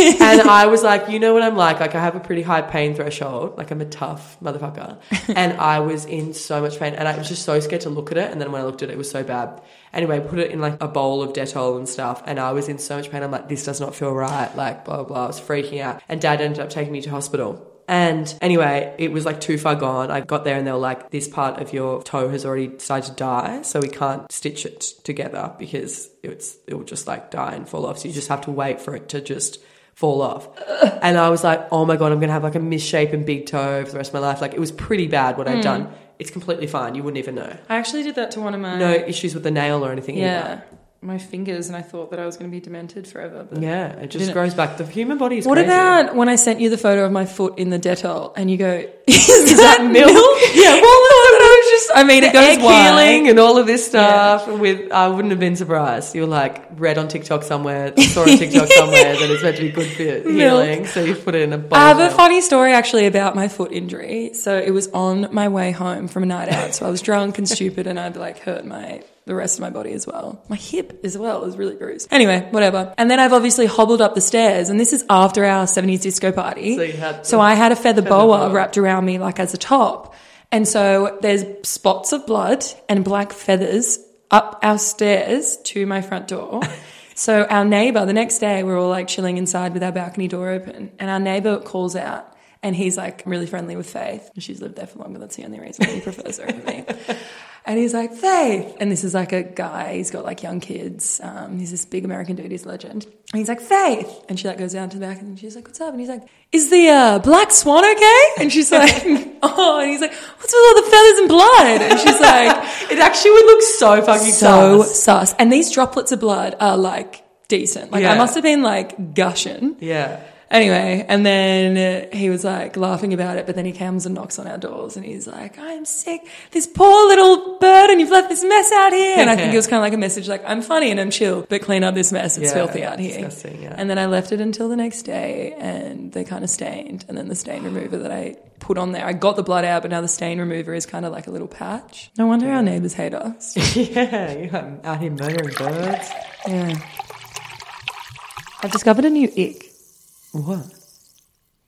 Speaker 1: first. And I was like, you know what I'm like? Like I have a pretty high pain threshold. Like I'm a tough motherfucker. And I was in so much pain and I was just so scared to look at it. And then when I looked at it, it was so bad. Anyway, put it in like a bowl of Dettol and stuff. And I was in so much pain. I'm like, this does not feel right. Like blah, blah, blah. I was freaking out. And dad ended up taking me to hospital. And anyway, it was like too far gone. I got there and they were like, this part of your toe has already started to die, so we can't stitch it together because it's it will just like die and fall off. So you just have to wait for it to just fall off. And I was like, oh my god, I'm gonna have like a misshapen big toe for the rest of my life. Like it was pretty bad
Speaker 2: Hmm.
Speaker 1: what I'd done. It's completely fine. You wouldn't even know.
Speaker 2: I actually did that to one of my.
Speaker 1: No issues with the nail or anything.
Speaker 2: Yeah.
Speaker 1: Yeah.
Speaker 2: My fingers, and I thought that I was going to be demented forever. But...
Speaker 1: Yeah. It just
Speaker 2: Didn't-
Speaker 1: grows back. The human body is
Speaker 2: What
Speaker 1: crazy.
Speaker 2: about when I sent you the photo of my foot in the Dettol and you go, [laughs] Is, that, milk?
Speaker 1: Yeah,
Speaker 2: [laughs] well, I was just, I mean,
Speaker 1: [laughs]
Speaker 2: it goes
Speaker 1: egg
Speaker 2: wide.
Speaker 1: healing and all of this stuff. With I wouldn't have been surprised. You were like read on TikTok somewhere, saw on [laughs] TikTok somewhere that it's meant to be good for healing, so you put it in a bowl.
Speaker 2: I have
Speaker 1: of
Speaker 2: a
Speaker 1: milk.
Speaker 2: funny story actually about my foot injury. So it was on my way home from a night out. So I was drunk and stupid and I'd like hurt my the rest of my body as well. My hip as well is really bruised. Anyway, whatever. And then I've obviously hobbled up the stairs and this is after our 70s disco party.
Speaker 1: So you had
Speaker 2: So
Speaker 1: the
Speaker 2: I had a feather,
Speaker 1: feather
Speaker 2: boa
Speaker 1: boa.
Speaker 2: wrapped around me like as a top. And so there's spots of blood and black feathers up our stairs to my front door. so our neighbor, the next day, we're all like chilling inside with our balcony door open. And our neighbor calls out and he's like really friendly with Faith. She's lived there for longer. That's the only reason he prefers her over me. And he's like, Faith. And this is like a guy, he's got like young kids. Um, he's this big American dude, he's a legend. And he's like, Faith. And she like goes down to the back and she's like, What's up? And he's like, Is the uh, black swan okay? And she's like, [laughs] Oh. And he's like, What's with all the feathers and blood? And she's
Speaker 1: [laughs]
Speaker 2: like,
Speaker 1: It actually would look so fucking
Speaker 2: So
Speaker 1: sus.
Speaker 2: sus. And these droplets of blood are like decent. Like I
Speaker 1: Yeah.
Speaker 2: must have been like gushing.
Speaker 1: Yeah. [laughs]
Speaker 2: Anyway, and then uh, he was like laughing about it, but then he comes and knocks on our doors and he's like, I'm sick. This poor little bird and you've left this mess out here. And I think it was kind of like a message like, I'm funny and I'm chill, but clean up this mess. It's
Speaker 1: Yeah,
Speaker 2: filthy out here.
Speaker 1: disgusting, yeah.
Speaker 2: And then I left it until the next day and they kind of stained. And then the stain remover that I put on there, I got the blood out, but now the stain remover is kind of like a little patch. No wonder our neighbors hate us.
Speaker 1: Yeah, you're out here murdering birds.
Speaker 2: [laughs] yeah. I've discovered a new ick
Speaker 1: What?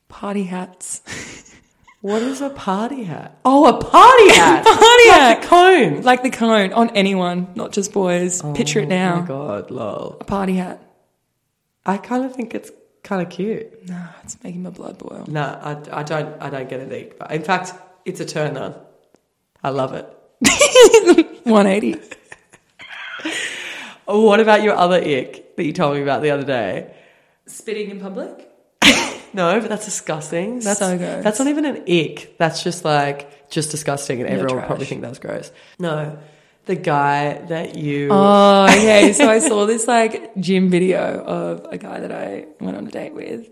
Speaker 2: party hats. [laughs]
Speaker 1: What is a party hat? Oh, [laughs] a party hat.
Speaker 2: Party hat.
Speaker 1: Like a cone.
Speaker 2: like the cone on anyone, not just boys. Picture it
Speaker 1: Oh
Speaker 2: now.
Speaker 1: my god, lol.
Speaker 2: A party hat.
Speaker 1: I kind of think it's kind of cute.
Speaker 2: Nah, Ah, it's making my blood
Speaker 1: [laughs]
Speaker 2: boil.
Speaker 1: No, I, I don't. I don't get it. either. But in fact, it's a turn on. I love it.
Speaker 2: 180.
Speaker 1: Oh, What about your other ick that you told me about the other day?
Speaker 2: Spitting in public?
Speaker 1: No, but that's disgusting. That's
Speaker 2: So gross.
Speaker 1: That's not even an ick. That's just like just disgusting, and
Speaker 2: You're
Speaker 1: everyone
Speaker 2: trash.
Speaker 1: will probably think that's gross. No, the guy that you.
Speaker 2: Oh, okay. So
Speaker 1: [laughs]
Speaker 2: I saw this like gym video of a guy that I went on a date with.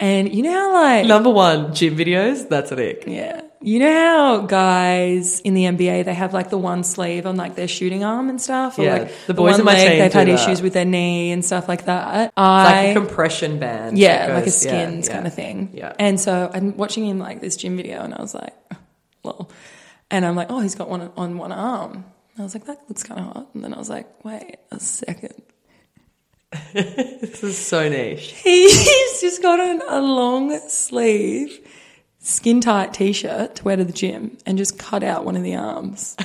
Speaker 2: And you know how like
Speaker 1: Number one, gym videos. That's an ick.
Speaker 2: Yeah. You know how guys in the NBA they have like the one sleeve on like their shooting arm and stuff? Or
Speaker 1: Yeah,
Speaker 2: like
Speaker 1: the boys in my team
Speaker 2: they've
Speaker 1: do
Speaker 2: had
Speaker 1: that.
Speaker 2: issues with their knee and stuff like that.
Speaker 1: It's
Speaker 2: I
Speaker 1: like a compression band.
Speaker 2: Yeah,
Speaker 1: that
Speaker 2: like a
Speaker 1: goes- yeah,
Speaker 2: skins
Speaker 1: yeah.
Speaker 2: kind of thing.
Speaker 1: Yeah.
Speaker 2: And so I'm watching him like this gym video, and I was like, [laughs] lol. And I'm like, oh, he's got one on one arm. And I was like, that looks kind of hot. And then I was like, wait a second. [laughs]
Speaker 1: This is so niche.
Speaker 2: He's just got on a long sleeve, skin tight t shirt to wear to the gym and just cut out one of the
Speaker 1: [laughs]
Speaker 2: arms.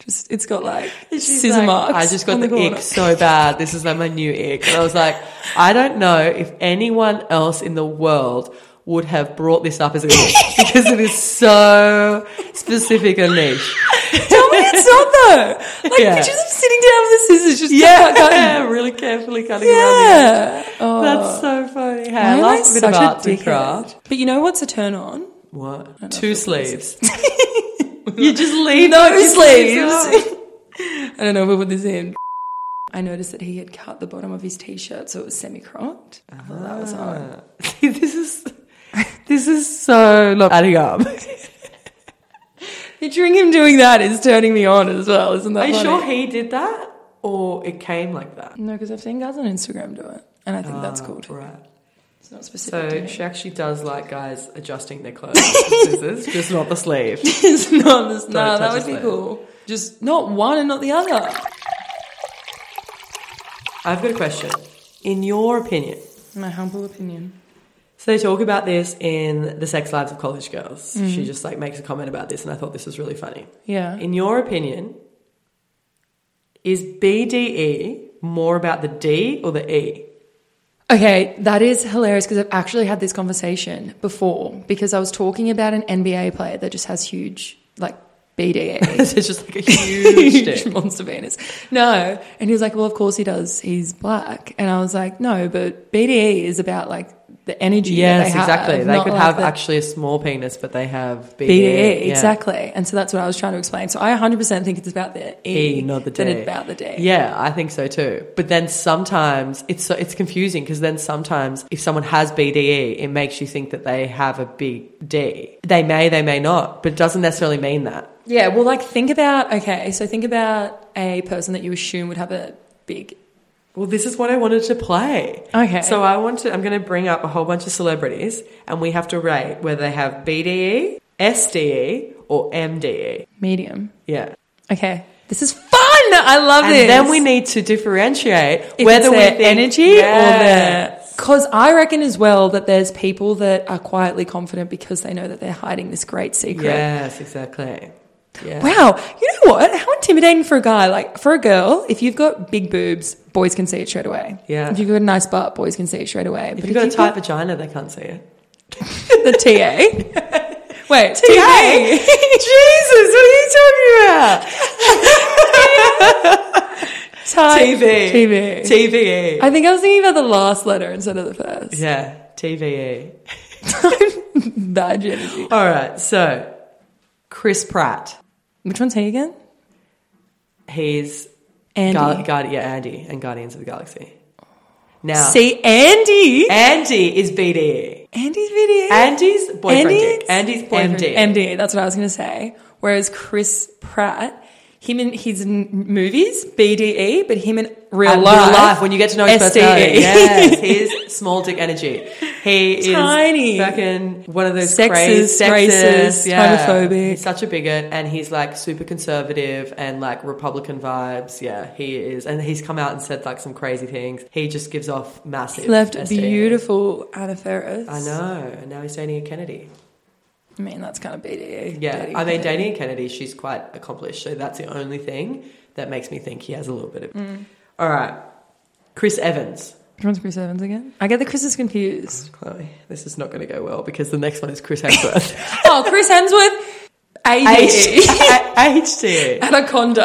Speaker 2: just, it's got like
Speaker 1: She's
Speaker 2: scissor
Speaker 1: like,
Speaker 2: marks.
Speaker 1: I just got
Speaker 2: on
Speaker 1: the,
Speaker 2: corner. [laughs]
Speaker 1: ick so bad. This is like my new ick. And I was like, I don't know if anyone else in the world would have brought this up as an
Speaker 2: [laughs]
Speaker 1: ick because it is so specific and niche.
Speaker 2: Tell me it's not though. Like,
Speaker 1: [laughs] Yeah.
Speaker 2: pictures of sitting down with the scissors just
Speaker 1: [laughs] Yeah,
Speaker 2: cut,
Speaker 1: [laughs]
Speaker 2: cut, cut.
Speaker 1: really carefully cutting around. The
Speaker 2: Yeah. Oh.
Speaker 1: That's so funny. Hey,
Speaker 2: Why
Speaker 1: I
Speaker 2: am
Speaker 1: love
Speaker 2: I
Speaker 1: a bit
Speaker 2: such
Speaker 1: of
Speaker 2: a
Speaker 1: art and
Speaker 2: dickhead?
Speaker 1: craft.
Speaker 2: But you know what's a turn on?
Speaker 1: What?
Speaker 2: know
Speaker 1: Two
Speaker 2: if it [laughs]
Speaker 1: sleeves. you just leave
Speaker 2: No
Speaker 1: those [laughs]
Speaker 2: sleeves. [laughs] I don't know if we'll put this in. I noticed that he had cut the bottom of his t-shirt so it was semi-cropped. I thought that was odd.
Speaker 1: Uh, this is this is so not adding up.
Speaker 2: Picturing him doing that is turning me on as well, isn't that
Speaker 1: Are you
Speaker 2: funny?
Speaker 1: sure he did that, or it came like that?
Speaker 2: No, because I've seen guys on Instagram do it, and I think that's cool. too.
Speaker 1: Ah, Right.
Speaker 2: It's not
Speaker 1: So
Speaker 2: specific. to me.
Speaker 1: she actually does like guys adjusting their clothes, with
Speaker 2: [laughs]
Speaker 1: scissors, just not the sleeve.
Speaker 2: it's not this. No,
Speaker 1: touch
Speaker 2: that
Speaker 1: his
Speaker 2: would be
Speaker 1: leg.
Speaker 2: cool. Just not one and not the other.
Speaker 1: I've got a question. In your opinion,
Speaker 2: My humble opinion.
Speaker 1: so they talk about this in the sex lives of college girls.
Speaker 2: Mm.
Speaker 1: She just like makes a comment about this, and I thought this was really funny.
Speaker 2: Yeah.
Speaker 1: In your opinion, is BDE more about the D or the E? [laughs]
Speaker 2: Okay, that is hilarious because I've actually had this conversation before because I was talking about an NBA player that just has huge, like,
Speaker 1: [laughs]
Speaker 2: BDA.
Speaker 1: it's just like
Speaker 2: [laughs]
Speaker 1: a huge
Speaker 2: huge
Speaker 1: dick.
Speaker 2: monster penis. No. And he was like, well, of course he does. He's black. And I was like, no, but BDE is about, like, the energy. that
Speaker 1: Yes,
Speaker 2: they
Speaker 1: exactly.
Speaker 2: Have,
Speaker 1: They
Speaker 2: not
Speaker 1: could
Speaker 2: like
Speaker 1: have
Speaker 2: the-
Speaker 1: actually a small penis, but they have BDE.
Speaker 2: BDE,
Speaker 1: E, Yeah.
Speaker 2: exactly. And so that's what I was trying to explain. So I 100% think it's about the E,
Speaker 1: E, not the
Speaker 2: than
Speaker 1: D.
Speaker 2: about the D. E.
Speaker 1: Yeah, I think so too. But then sometimes it's so, it's confusing because then sometimes if someone has BDE, it makes you think that they have a big D. They may, they may not, but it doesn't necessarily mean that.
Speaker 2: Yeah, well, like, think about, okay, so think about a person that you assume would have a big.
Speaker 1: Well, this is what I wanted to play.
Speaker 2: Okay.
Speaker 1: So I want to. I'm going to bring up a whole bunch of celebrities, and we have to rate whether they have E, BDE, SDE, E, or MDE.
Speaker 2: Medium.
Speaker 1: Yeah.
Speaker 2: Okay. This is fun. I love
Speaker 1: And
Speaker 2: this.
Speaker 1: then we need to differentiate
Speaker 2: If
Speaker 1: whether
Speaker 2: it's
Speaker 1: we
Speaker 2: their
Speaker 1: think
Speaker 2: energy
Speaker 1: Yes.
Speaker 2: or the because I reckon as well that there's people that are quietly confident because they know that they're hiding this great secret.
Speaker 1: Yes, exactly. Yeah.
Speaker 2: Wow, you know what? How intimidating for a guy. Like for a girl, if you've got big boobs, boys can see it straight away.
Speaker 1: Yeah.
Speaker 2: If you've got a nice butt, boys can see it straight away.
Speaker 1: If
Speaker 2: but
Speaker 1: [laughs] you've got a tight vagina, they can't see it.
Speaker 2: the TA, Wait, TV?
Speaker 1: TV. Jesus, what are you talking about? [laughs]
Speaker 2: Type-
Speaker 1: TV.
Speaker 2: TV.
Speaker 1: TVE.
Speaker 2: I think I was thinking about the last letter instead of the first.
Speaker 1: yeah, TVE.
Speaker 2: Bad energy.
Speaker 1: All right, so Chris Pratt.
Speaker 2: Which one's he again?
Speaker 1: He's
Speaker 2: Andy.
Speaker 1: Gal- Guardi- yeah, Andy and Guardians of the Galaxy. Now,
Speaker 2: See, Andy.
Speaker 1: Andy is BDE.
Speaker 2: Andy's video.
Speaker 1: Andy's boyfriend.
Speaker 2: Andy's,
Speaker 1: dick. Andy's boyfriend. dick.
Speaker 2: MD. That's what I was going to say. Whereas Chris Pratt, him in his n- movies, BDE, but him in real,
Speaker 1: At
Speaker 2: life,
Speaker 1: when you get to know his personality.
Speaker 2: SDE.
Speaker 1: E. [laughs] Yes, he
Speaker 2: [laughs]
Speaker 1: is small dick energy. He
Speaker 2: Tiny.
Speaker 1: is fucking one of those
Speaker 2: Sexist,
Speaker 1: crazy,
Speaker 2: racist,
Speaker 1: sexist, yeah.
Speaker 2: homophobic.
Speaker 1: He's such a bigot, and he's like super conservative and like Republican vibes. Yeah, he is, and he's come out and said like some crazy things. He just gives off massive.
Speaker 2: He left
Speaker 1: SDE.
Speaker 2: beautiful Anna Ferris.
Speaker 1: E. I know, and now he's dating a Kennedy.
Speaker 2: I mean, that's kind of BDE.
Speaker 1: Yeah,
Speaker 2: Dating
Speaker 1: I
Speaker 2: Kennedy.
Speaker 1: mean, dating a Kennedy, she's quite accomplished. So that's the only thing that makes me think he has a little bit of.
Speaker 2: Mm.
Speaker 1: All right, Chris Evans.
Speaker 2: Which one's Chris Evans again? I get the Chris's
Speaker 1: [laughs]
Speaker 2: confused.
Speaker 1: Chloe, this is not going to go well because the next one is
Speaker 2: [laughs]
Speaker 1: Chris Hemsworth.
Speaker 2: oh, Chris Hemsworth.
Speaker 1: [laughs]
Speaker 2: AD.
Speaker 1: E. HT.
Speaker 2: Anaconda.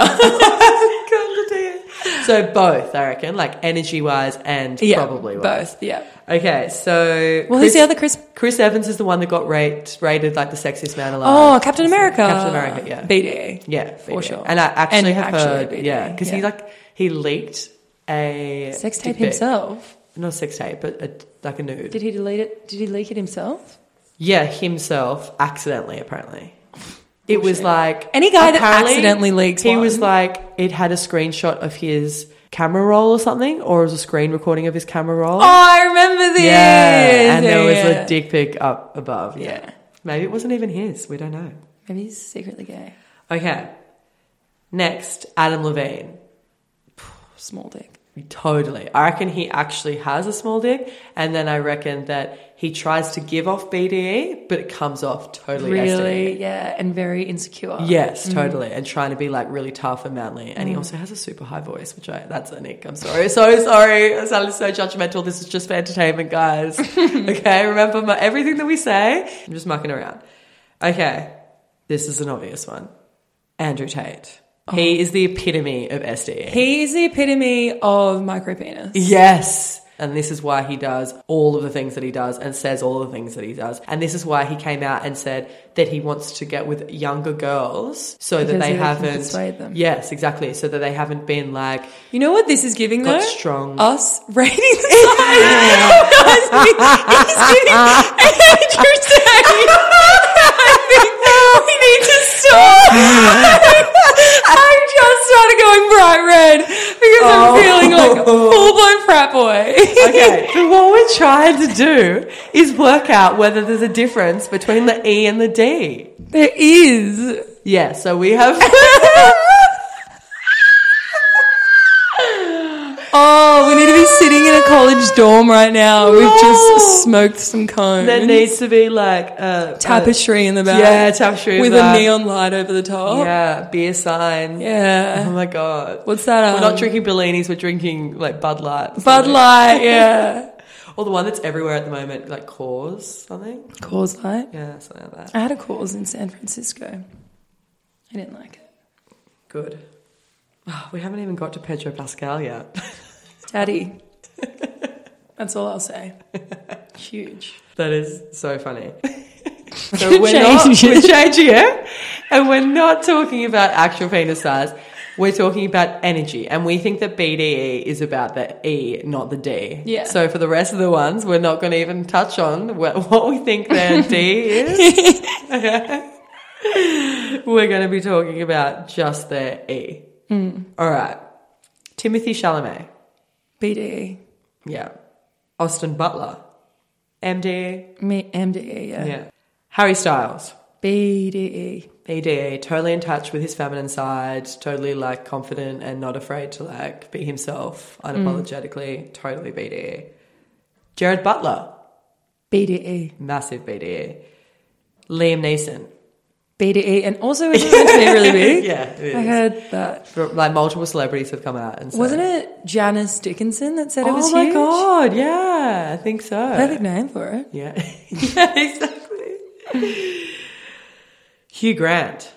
Speaker 1: So both, I reckon, like energy wise and
Speaker 2: yeah,
Speaker 1: probably wise.
Speaker 2: both. Yeah.
Speaker 1: Okay, so
Speaker 2: Well, who's
Speaker 1: Chris,
Speaker 2: the other Chris?
Speaker 1: Chris Evans is the one that got rate, rated like the sexiest man alive.
Speaker 2: Oh, Captain America. E.
Speaker 1: Captain America, yeah.
Speaker 2: BDE.
Speaker 1: Yeah,
Speaker 2: For
Speaker 1: BDA.
Speaker 2: sure.
Speaker 1: And I actually
Speaker 2: And
Speaker 1: have
Speaker 2: actually
Speaker 1: heard,
Speaker 2: BDA,
Speaker 1: yeah, because he
Speaker 2: yeah.
Speaker 1: like he leaked a
Speaker 2: Sex
Speaker 1: dick
Speaker 2: tape
Speaker 1: pic.
Speaker 2: himself.
Speaker 1: not a sex tape, but a, like a nude.
Speaker 2: Did he delete it? Did he leak it himself?
Speaker 1: yeah, himself accidentally apparently. It was
Speaker 2: Bullshit.
Speaker 1: like
Speaker 2: Oh, Any guy that
Speaker 1: apparently
Speaker 2: accidentally leaks
Speaker 1: He
Speaker 2: one.
Speaker 1: was like it had a screenshot of his camera roll or something, or it was a screen recording of his camera roll.
Speaker 2: Oh, I remember this.
Speaker 1: yeah, and there was
Speaker 2: yeah.
Speaker 1: a dick pic up above.
Speaker 2: Yeah.
Speaker 1: yeah, maybe it wasn't even his. We don't know.
Speaker 2: Maybe he's secretly gay.
Speaker 1: Okay, next Adam Levine.
Speaker 2: Small dick.
Speaker 1: Totally. I reckon he actually has a small dick, and then I reckon that he tries to give off BDE, but it comes off totally E.
Speaker 2: Really,
Speaker 1: SDE.
Speaker 2: yeah, and very insecure.
Speaker 1: Yes, totally. And trying to be like really tough and manly. And he also has a super high voice, which I, that's a nick. I'm sorry. So sorry. I sounded so judgmental. This is just for entertainment, guys. okay. Remember my, everything that we say. I'm just mucking around. Okay. This is an obvious one. Andrew Tate. He is the epitome of E. SDE.
Speaker 2: He is the epitome of micro penis.
Speaker 1: Yes. And this is why he does all of the things that he does and says all the things that he does. And this is why he came out and said that he wants to get with younger girls so that
Speaker 2: Because
Speaker 1: they
Speaker 2: he can
Speaker 1: haven't.
Speaker 2: persuade them.
Speaker 1: Yes, exactly. So that they haven't been like,
Speaker 2: You know what this is giving
Speaker 1: Got
Speaker 2: though?
Speaker 1: strong.
Speaker 2: Us
Speaker 1: [laughs]
Speaker 2: rating the side. He's giving Andrew Tate. I think we need to stop. I'm just started going bright red because I'm
Speaker 1: Oh.
Speaker 2: feeling like a full blown frat boy.
Speaker 1: okay, [laughs] but what we're trying to do is work out whether there's a difference between the E and the D.
Speaker 2: There is.
Speaker 1: Yeah, so we have. [laughs]
Speaker 2: Oh, we need to be sitting in a college dorm right now. We've just
Speaker 1: No.
Speaker 2: smoked some cones.
Speaker 1: there needs to be like a.
Speaker 2: tapestry in the
Speaker 1: a
Speaker 2: back.
Speaker 1: yeah, tapestry. in
Speaker 2: with
Speaker 1: the back.
Speaker 2: a neon light over the top.
Speaker 1: Yeah, beer sign.
Speaker 2: Yeah.
Speaker 1: Oh my god.
Speaker 2: What's that? Um,
Speaker 1: We're not drinking Bellinis, we're drinking like Bud Light.
Speaker 2: Bud
Speaker 1: or something. [laughs]
Speaker 2: Light. Yeah.
Speaker 1: Or the one that's everywhere at the moment, like Coors, something.
Speaker 2: Cause Light.
Speaker 1: Yeah, something like that.
Speaker 2: I had a cause in San Francisco. I didn't like it.
Speaker 1: Good. Ah, we haven't even got to Pedro Pascal yet. [laughs]
Speaker 2: Daddy. That's all I'll say. Huge.
Speaker 1: That is
Speaker 2: [laughs]
Speaker 1: so funny. so
Speaker 2: Good
Speaker 1: we're
Speaker 2: change.
Speaker 1: not we're changing it, and we're not talking about actual penis size. We're talking about energy, and we think that BDE is about the E, not the D.
Speaker 2: Yeah.
Speaker 1: So for the rest of the ones, we're not going to even touch on what, what we
Speaker 2: [laughs]
Speaker 1: think their D is. [laughs] we're going to be talking about just their E.
Speaker 2: Hmm.
Speaker 1: All right. Timothy Chalamet.
Speaker 2: BDE.
Speaker 1: Yeah. Austin Butler. E. MD.
Speaker 2: Me, MDE, yeah. E.
Speaker 1: Yeah. Harry Styles.
Speaker 2: BDE.
Speaker 1: BDE, totally in touch with his feminine side, totally like confident and not afraid to like be himself unapologetically, totally BDE. Jared Butler,
Speaker 2: BDE.
Speaker 1: massive BDE. Liam Neeson.
Speaker 2: BDE. E. And also,
Speaker 1: [laughs]
Speaker 2: it's meant to be really [laughs] big.
Speaker 1: Yeah, it
Speaker 2: I
Speaker 1: is.
Speaker 2: heard that.
Speaker 1: For- Like multiple celebrities have come out and said,
Speaker 2: Wasn't it Janice Dickinson that said it was
Speaker 1: Oh my
Speaker 2: huge?
Speaker 1: god, yeah, I think so. [laughs]
Speaker 2: Perfect name for it.
Speaker 1: Yeah. yeah, exactly. Hugh Grant.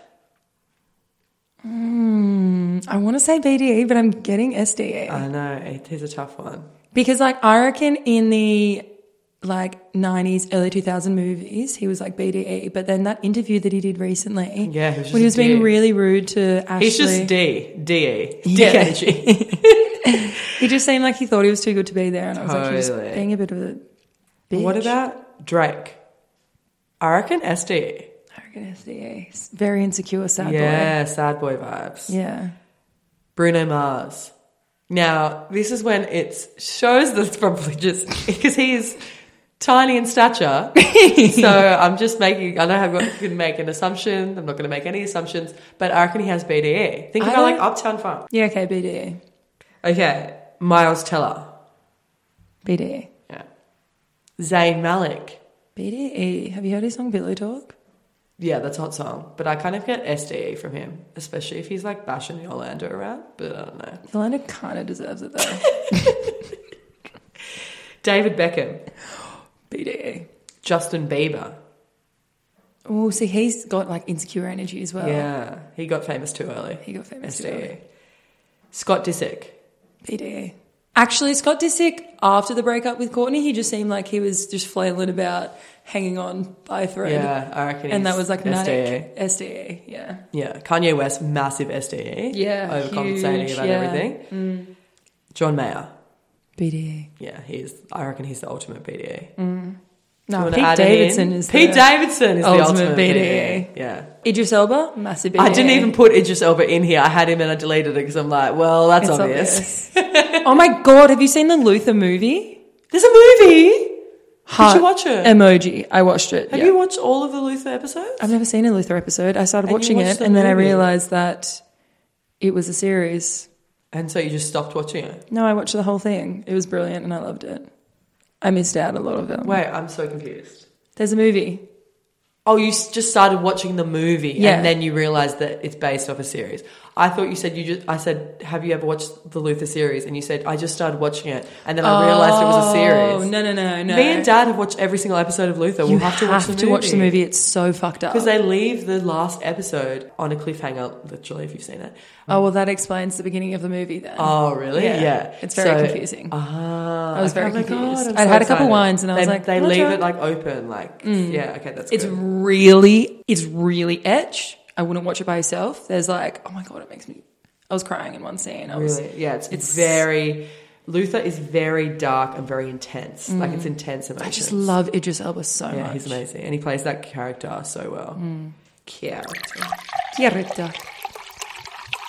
Speaker 2: I want to say BDE, but I'm getting SDE.
Speaker 1: I know, it is a tough one.
Speaker 2: Because like I reckon in the like 90s, early 2000 movies, he was like BDE. But then that interview that he did recently,
Speaker 1: Yeah, he was just
Speaker 2: when he was
Speaker 1: a
Speaker 2: being
Speaker 1: dick.
Speaker 2: really rude to Ashley,
Speaker 1: It's just D, D-E. D
Speaker 2: Yeah.
Speaker 1: energy.
Speaker 2: he just seemed like he thought he was too good to be there, and I was like, you're
Speaker 1: Totally.
Speaker 2: just being a bit of a [laughs] bitch.
Speaker 1: What about Drake? I reckon SDE.
Speaker 2: I reckon SDE, He's very insecure, sad boy.
Speaker 1: yeah, sad boy vibes. [laughs]
Speaker 2: Yeah,
Speaker 1: Bruno Mars. Now, this is when it shows that's probably just [laughs] because he is tiny in stature.
Speaker 2: [laughs]
Speaker 1: so I'm just making, I know I'm not going to make an assumption. I'm not going to make any assumptions, but I reckon he has BDE. Think
Speaker 2: I
Speaker 1: about like
Speaker 2: don't-
Speaker 1: Uptown Funk.
Speaker 2: yeah. Okay, E. BDE,
Speaker 1: Okay, Miles Teller.
Speaker 2: BDE,
Speaker 1: Yeah. Zayn Malik.
Speaker 2: BDE. E. Have you heard his song Billy Talk?
Speaker 1: Yeah, that's a hot song. But I kind of get SDE from him, especially if he's like bashing Yolanda around, but I don't know.
Speaker 2: Yolanda kind of deserves it
Speaker 1: [laughs]
Speaker 2: though.
Speaker 1: David Beckham.
Speaker 2: BDE.
Speaker 1: Justin Bieber.
Speaker 2: Oh, see, he's got like insecure energy as well.
Speaker 1: Yeah, he got famous too early.
Speaker 2: He got famous too early.
Speaker 1: SDE. Scott Disick.
Speaker 2: PDA. Actually, Scott Disick, after the breakup with Courtney, he just seemed like he was just flailing about, hanging on by a thread.
Speaker 1: Yeah, I reckon.
Speaker 2: And
Speaker 1: he's
Speaker 2: that was like
Speaker 1: SDE.
Speaker 2: manic. SDA, yeah.
Speaker 1: Yeah, Kanye West, massive SDE.
Speaker 2: Yeah,
Speaker 1: overcompensating
Speaker 2: huge,
Speaker 1: about
Speaker 2: yeah. Mm.
Speaker 1: everything. John Mayer.
Speaker 2: BDA.
Speaker 1: Yeah, he's. I reckon he's the ultimate BDE. You
Speaker 2: No,
Speaker 1: wanna
Speaker 2: Mm. Pete
Speaker 1: add it in?
Speaker 2: Davidson is
Speaker 1: Pete
Speaker 2: the-
Speaker 1: Davidson is
Speaker 2: ultimate E.
Speaker 1: the ultimate BDE.
Speaker 2: BDE.
Speaker 1: Yeah.
Speaker 2: Idris Elba, massive BDA.
Speaker 1: I didn't even put Idris Elba in here. I had him and I deleted it because I'm like, well, that's
Speaker 2: It's
Speaker 1: obvious.
Speaker 2: obvious. [laughs] oh my god, have you seen the Luther movie?
Speaker 1: There's a movie.
Speaker 2: Heart
Speaker 1: watch it?
Speaker 2: Emoji. I watched it.
Speaker 1: Have
Speaker 2: yeah.
Speaker 1: you watched all of the Luther episodes?
Speaker 2: I've never seen a Luther episode. I started
Speaker 1: And you
Speaker 2: watching
Speaker 1: watched
Speaker 2: it
Speaker 1: the
Speaker 2: and then I
Speaker 1: movie?
Speaker 2: realized that it was a series.
Speaker 1: and so you just stopped watching it.
Speaker 2: No, I watched the whole thing. It was brilliant and I loved it. I missed out a lot of it.
Speaker 1: Wait, I'm so confused.
Speaker 2: There's a movie.
Speaker 1: Oh, you s- just started watching the movie
Speaker 2: Yeah.
Speaker 1: and then you realized that it's based off a series. I thought you said you just. I said, have you ever watched the Luther series? And you said I just started watching it and then I realized it was a
Speaker 2: Oh,
Speaker 1: series.
Speaker 2: no, no, no, no.
Speaker 1: Me and Dad have watched every single episode of Luther.
Speaker 2: you
Speaker 1: we'll have to watch the movie.
Speaker 2: It's so fucked up.
Speaker 1: Because they leave the last episode on a cliffhanger, literally, if you've seen it.
Speaker 2: oh, well, that explains the beginning of the movie then.
Speaker 1: Oh, really? Yeah.
Speaker 2: Yeah. It's very
Speaker 1: So-
Speaker 2: confusing.
Speaker 1: Ah.
Speaker 2: I was very
Speaker 1: oh my
Speaker 2: confused.
Speaker 1: I'm
Speaker 2: I'd had a couple
Speaker 1: excited.
Speaker 2: wines and I was
Speaker 1: They-
Speaker 2: like,
Speaker 1: they
Speaker 2: "I'll
Speaker 1: leave
Speaker 2: try."
Speaker 1: it like open, like, yeah, okay, that's
Speaker 2: it's
Speaker 1: good.
Speaker 2: really, it's really etched. I wouldn't watch it by yourself. There's like, oh my God, it makes me. I was crying in one scene. I was.
Speaker 1: Really, yeah, it's,
Speaker 2: it's-
Speaker 1: very. Luther is very dark and very intense. Like it's intense emotions.
Speaker 2: Mm. I just love Idris Elba so
Speaker 1: Yeah,
Speaker 2: much. Mm.
Speaker 1: he's amazing, and he plays that character so well. Character.
Speaker 2: Character.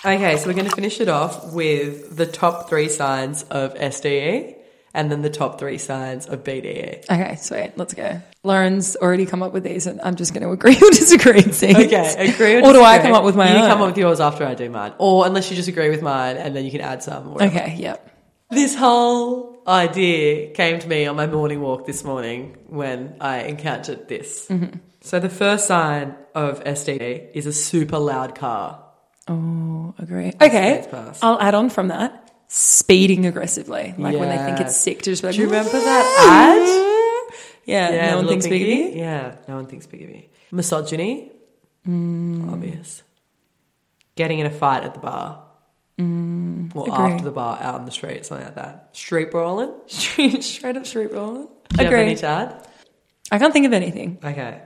Speaker 1: Okay, so we're going to finish it off with the top three signs of SDE, and then the top three signs of E. BDE.
Speaker 2: Okay, sweet. Let's go. Lauren's already come up with these, and I'm just going to agree [laughs] or disagree. and see. [laughs]
Speaker 1: Okay, agree or,
Speaker 2: do I
Speaker 1: disagree?
Speaker 2: come up with my
Speaker 1: You
Speaker 2: own?
Speaker 1: come up with yours after I do mine, or unless you just agree with mine, and then you can add some. or whatever.
Speaker 2: Okay, yep.
Speaker 1: This whole idea came to me on my morning walk this morning when I encountered this.
Speaker 2: Mm-hmm.
Speaker 1: So the first sign of SDE is a super loud car.
Speaker 2: Oh, agree. Okay,
Speaker 1: That's fast.
Speaker 2: I'll add on from that. Speeding aggressively, like when they think
Speaker 1: Yeah.
Speaker 2: it's sick to just be like.
Speaker 1: Do you remember
Speaker 2: [laughs]
Speaker 1: that ad?
Speaker 2: Yeah, no one
Speaker 1: Little
Speaker 2: thinks big of
Speaker 1: Pinky. [laughs]
Speaker 2: you.
Speaker 1: Yeah, no one thinks big of you. Misogyny,
Speaker 2: Mm.
Speaker 1: obvious. Getting in a fight at the bar, or
Speaker 2: Mm, agree.
Speaker 1: after the bar, out on the street, something like that. Street brawling.
Speaker 2: Straight straight up street roll.
Speaker 1: Do you have any
Speaker 2: Agree.
Speaker 1: to add?
Speaker 2: I can't think of anything.
Speaker 1: Okay.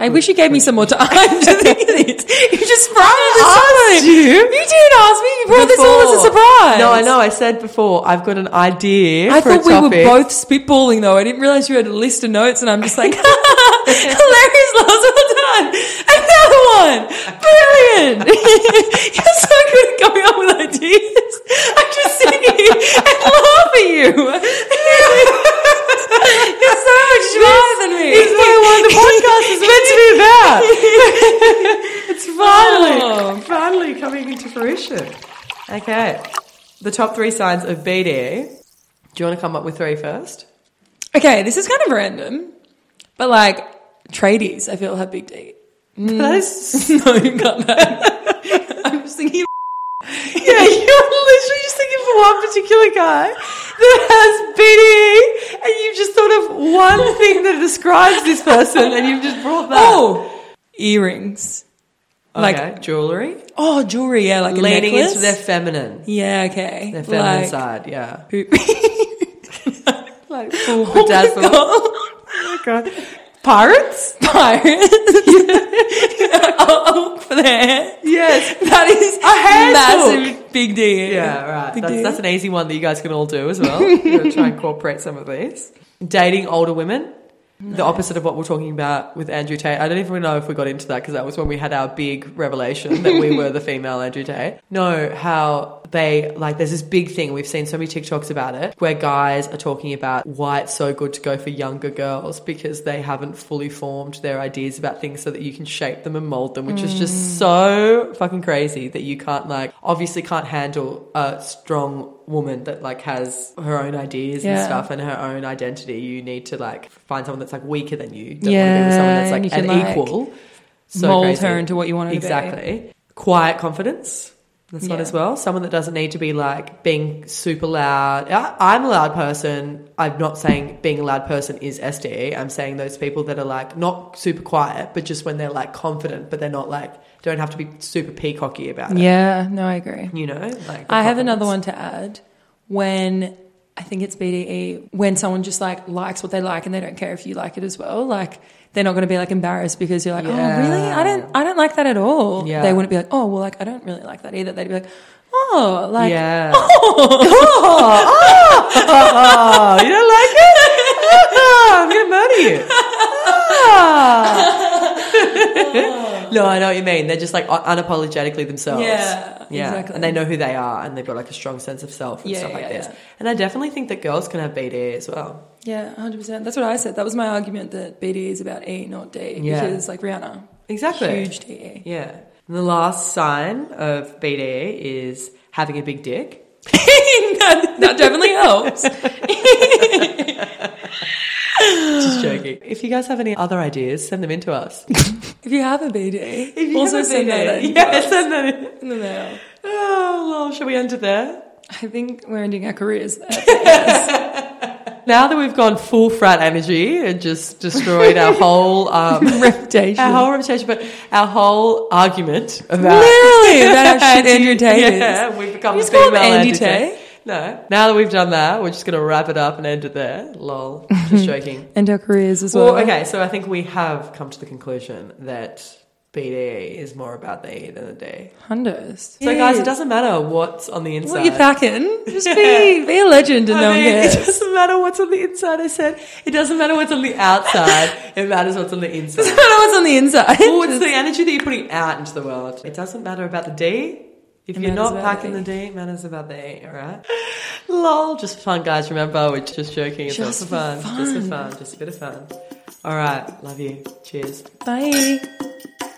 Speaker 2: I wish you gave me some more time to think of this. [laughs] You just sprung this on me.
Speaker 1: you.
Speaker 2: You did ask me. You brought this all as a
Speaker 1: Before.
Speaker 2: surprise.
Speaker 1: No, I know. I said before I've got an idea.
Speaker 2: I
Speaker 1: for a
Speaker 2: thought we were
Speaker 1: topic.
Speaker 2: both spitballing though. I didn't realize you had a list of notes, and I'm just like, [laughs] hilarious, Lars, well done. Another one, brilliant. [laughs] You're so good at coming up with ideas. I'm just sitting here and laugh at you. [laughs] You're so much smarter than me.
Speaker 1: This is what the podcast is meant to be about. [laughs] it's finally,
Speaker 2: Oh.
Speaker 1: finally coming into fruition. Okay. The top three signs of BDA. Do you want to come up with three first?
Speaker 2: Okay, this is kind of random, but like tradies, I feel have big D. Mm.
Speaker 1: That is,
Speaker 2: [laughs]
Speaker 1: [laughs]
Speaker 2: no, you got that. [laughs] I'm just thinking. [laughs] of
Speaker 1: yeah, you're literally just thinking for one particular guy that has BDA, and you've just thought of one thing that describes this person, and you've just brought that.
Speaker 2: Oh, earrings. Like-
Speaker 1: okay. jewelry,
Speaker 2: Oh, jewelry, yeah, like a
Speaker 1: leaning
Speaker 2: necklace.
Speaker 1: into their feminine,
Speaker 2: yeah, okay.
Speaker 1: their
Speaker 2: [laughs]
Speaker 1: feminine
Speaker 2: Like-
Speaker 1: side. Yeah,
Speaker 2: like oh
Speaker 1: my Oh God. pirates.
Speaker 2: [laughs] Pirates. oh, for the hair.
Speaker 1: Yes.
Speaker 2: That is
Speaker 1: A hair
Speaker 2: massive big deal.
Speaker 1: Yeah, right.
Speaker 2: Big
Speaker 1: That's,
Speaker 2: deal.
Speaker 1: that's an easy one that you guys can all do as well. We're gonna try and incorporate some of these. Dating older women. The opposite of what we're talking about with Andrew Tate. I don't even know if we got into that because that was when we had our big revelation that we were the female Andrew Tate. No, how they like there's this big thing we've seen so many TikToks about it where guys are talking about why it's so good to go for younger girls because they haven't fully formed their ideas about things so that you can shape them and mold them, which is just so fucking crazy that you can't like obviously can't handle a strong woman that like has her own ideas and
Speaker 2: Yeah.
Speaker 1: stuff and her own identity. You need to like find someone that's like weaker than you. Don't
Speaker 2: Yeah,
Speaker 1: want
Speaker 2: and you can,
Speaker 1: to be with someone that's like an
Speaker 2: like,
Speaker 1: equal. So
Speaker 2: Mold
Speaker 1: crazy.
Speaker 2: her into what you want her to be.
Speaker 1: Exactly. Quiet confidence. That's one
Speaker 2: Yeah.
Speaker 1: as well. Someone that doesn't need to be like being super loud. I, I'm a loud person. I'm not saying being a loud person is SDE. I'm saying those people that are like not super quiet, but just when they're like confident, but they're not like, don't have to be super peacocky about it.
Speaker 2: Yeah, no, I agree.
Speaker 1: You know? Like the
Speaker 2: I have
Speaker 1: confidence.
Speaker 2: another one to add. When I think it's BDE, when someone just like likes what they like and they don't care if you like it as well, like they're not going to be like embarrassed because you're like,
Speaker 1: Yeah.
Speaker 2: oh really? I don't, I don't like that at all.
Speaker 1: Yeah.
Speaker 2: They wouldn't be like, oh well, like I don't really like that either. They'd be like, oh, like
Speaker 1: [laughs] yeah. Oh, oh, you don't like it? Oh, I'm gonna murder you. Ah. no, I know what you mean. They're just like un- unapologetically themselves.
Speaker 2: Yeah, exactly.
Speaker 1: And they know who they are, and they've got like a strong sense of self and
Speaker 2: Yeah,
Speaker 1: stuff like
Speaker 2: yeah,
Speaker 1: this.
Speaker 2: yeah.
Speaker 1: And I definitely think that girls can have BDA as well.
Speaker 2: yeah, hundred percent. That's what I said. That was my argument that BDE is about E, not D,
Speaker 1: Yeah.
Speaker 2: because like Rihanna,
Speaker 1: Exactly.
Speaker 2: huge E. DE.
Speaker 1: Yeah. And the last sign of BDA is having a big dick.
Speaker 2: [laughs] that, that
Speaker 1: [laughs]
Speaker 2: definitely helps.
Speaker 1: [gasps] Just joking. If you guys have any other ideas, send them in to us.
Speaker 2: If you have a BD,
Speaker 1: If you
Speaker 2: also
Speaker 1: have a
Speaker 2: send
Speaker 1: BDA,
Speaker 2: that in
Speaker 1: yeah, [laughs] send that in.
Speaker 2: in the mail.
Speaker 1: Oh, well, shall we end it there?
Speaker 2: I think we're ending our careers there.
Speaker 1: Now that we've gone full frat energy and just destroyed
Speaker 2: [laughs]
Speaker 1: our whole um,
Speaker 2: reputation.
Speaker 1: our whole reputation, but our whole argument about
Speaker 2: Literally,
Speaker 1: [laughs]
Speaker 2: about how shit Andrew Tate is.
Speaker 1: Yeah, we've become
Speaker 2: You
Speaker 1: the
Speaker 2: just call him
Speaker 1: female
Speaker 2: Andy
Speaker 1: Andy Tate. No, now that we've done that, we're just going to wrap it up and end it there. Lol,
Speaker 2: [laughs]
Speaker 1: just joking.
Speaker 2: and our careers as well.
Speaker 1: Well, okay, so I think we have come to the conclusion that BDE is more about the E than the D.
Speaker 2: Hundos.
Speaker 1: So, guys, it doesn't matter what's on the inside.
Speaker 2: What you packing? Just
Speaker 1: [laughs]
Speaker 2: be be a legend and
Speaker 1: I
Speaker 2: no one
Speaker 1: mean, It
Speaker 2: [laughs] cares.
Speaker 1: doesn't matter what's on the inside. I said it doesn't matter what's on the outside. it matters what's on the
Speaker 2: Doesn't
Speaker 1: [laughs] inside.
Speaker 2: matter what's on the inside.
Speaker 1: Oh, it's the energy that you're putting out into the world. It doesn't matter about the D. If
Speaker 2: It
Speaker 1: you're
Speaker 2: matters
Speaker 1: not
Speaker 2: about
Speaker 1: packing
Speaker 2: the
Speaker 1: the
Speaker 2: E.
Speaker 1: D, it matters about the E. All right. Lol, just for fun, guys. Remember, we're just joking. It's
Speaker 2: Just
Speaker 1: just for fun.
Speaker 2: for
Speaker 1: Just for
Speaker 2: fun.
Speaker 1: fun. Just a bit of fun. All right. Love you. Cheers.
Speaker 2: Bye.